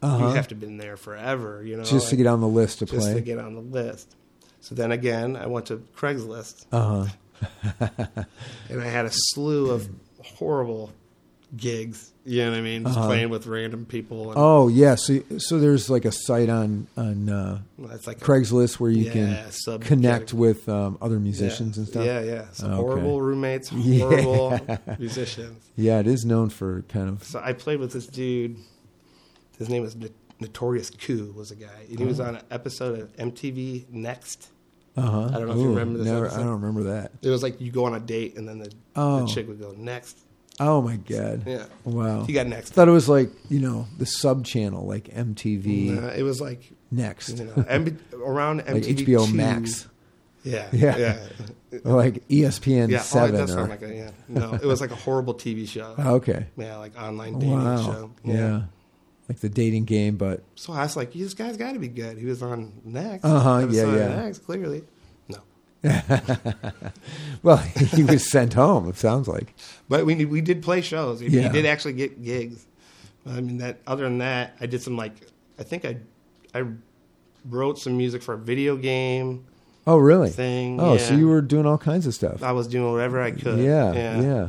A: Uh-huh.
B: you have to been there forever, you know,
A: just to
B: like,
A: get on the list to
B: just
A: play.
B: to get on the list. So then again, I went to Craigslist
A: uh huh.
B: and I had a slew of horrible gigs. You know what I mean?
A: Uh-huh.
B: Just playing with random people. And
A: Oh yeah. So so there's like a site on on uh,
B: It's like a-
A: Craigslist where you
B: Yeah,
A: can
B: sub-
A: connect with um, other musicians
B: yeah.
A: and stuff. Oh,
B: Yeah, yeah. Some
A: Okay.
B: horrible roommates,
A: Yeah.
B: horrible musicians.
A: Yeah, it is known for kind of.
B: So I played with this dude. His name was N- Notorious Coup. Was a guy, and he
A: Oh.
B: was on an episode of MTV Next.
A: Uh huh.
B: I don't know if you remember this
A: Never, I
B: episode.
A: don't remember that.
B: It was like you go on a date, and then the,
A: Oh.
B: the chick would go next.
A: Oh my god.
B: Yeah,
A: Wow.
B: you got next.
A: Thought it was like you know the sub channel like MTV
B: Uh, it was like
A: Next,
B: you know M- around
A: like
B: MTV
A: HBO
B: two.
A: Max,
B: Yeah,
A: Yeah.
B: yeah, yeah.
A: or like E ESPN
B: yeah oh, that
A: Seven.
B: does
A: or, Oh,
B: sound like a yeah. No, it was like a horrible TV show.
A: okay.
B: Yeah, like online dating
A: Wow.
B: show.
A: yeah. Like the dating game, but
B: So I was like, this guy's got to be good. He was on Next.
A: Uh-huh, yeah,
B: episode of
A: yeah.
B: Next, clearly. No.
A: well, he was sent home. It sounds like.
B: But we we did play shows. He
A: Yeah.
B: did actually get gigs. I mean that. Other than that, I did some like I think I I wrote some music for a video game
A: Oh, really?
B: thing.
A: Oh,
B: yeah.
A: so you were doing all kinds of stuff.
B: I was doing whatever I could.
A: yeah, yeah,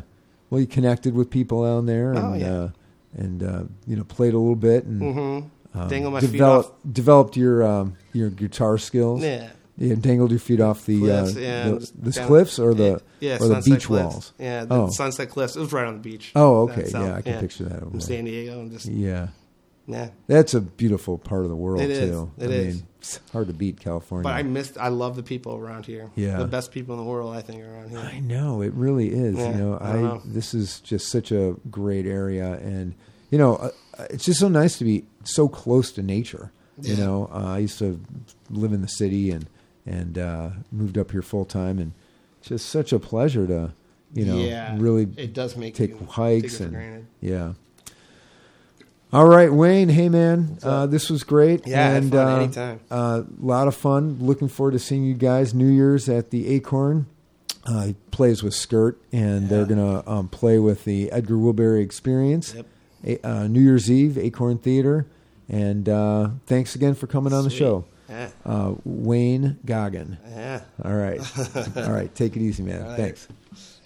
A: Well, you connected with people down there, and
B: Oh, yeah.
A: uh, and uh, you know played a little bit, and
B: Mm-hmm. Dangle my
A: Um, developed developed your um, your guitar skills.
B: feet off. Yeah.
A: Yeah, dangled your feet off the
B: Cliffs
A: uh,
B: and
A: the, the
B: down-
A: cliffs or the
B: yeah,
A: or the
B: Sunset
A: beach
B: Cliffs.
A: walls.
B: Yeah, the
A: Oh.
B: Sunset Cliffs. It was right on the beach.
A: Oh,
B: Down
A: okay.
B: south,
A: Yeah, I can picture that over
B: From
A: there.
B: San Diego and just
A: Yeah,
B: Yeah.
A: That's a beautiful part of the world
B: It is.
A: too.
B: It
A: I
B: is.
A: mean, it's hard to beat California.
B: But I missed. I love the people around here.
A: Yeah.
B: the best people in the world, I think, are around here.
A: I know it really is.
B: Yeah,
A: you know,
B: I
A: I,
B: don't know.
A: this is just such a great area, and you know, uh, it's just so nice to be so close to nature. You
B: Yeah.
A: know, uh, I used to live in the city and and uh, moved up here full time, and just such a pleasure to you know
B: yeah,
A: really
B: it does make
A: take
B: you take
A: hikes
B: it for
A: and
B: granted.
A: yeah. All right, Wayne. Hey, man. Uh,
B: up?
A: this was great.
B: Yeah, I had
A: and
B: fun
A: uh,
B: anytime.
A: A lot of fun. Looking forward to seeing you guys New Year's at the Acorn. Uh, he plays with Skirt, and they're
B: Yeah.
A: going to um, play with the Edgar Wilberry Experience.
B: Yep.
A: A- uh, New Year's Eve, Acorn Theater. And uh, thanks again for coming on the
B: Sweet.
A: show,
B: Yeah,
A: uh, Wayne Goggin.
B: yeah.
A: All right. All right. Take it easy, man.
B: All right.
A: Thanks.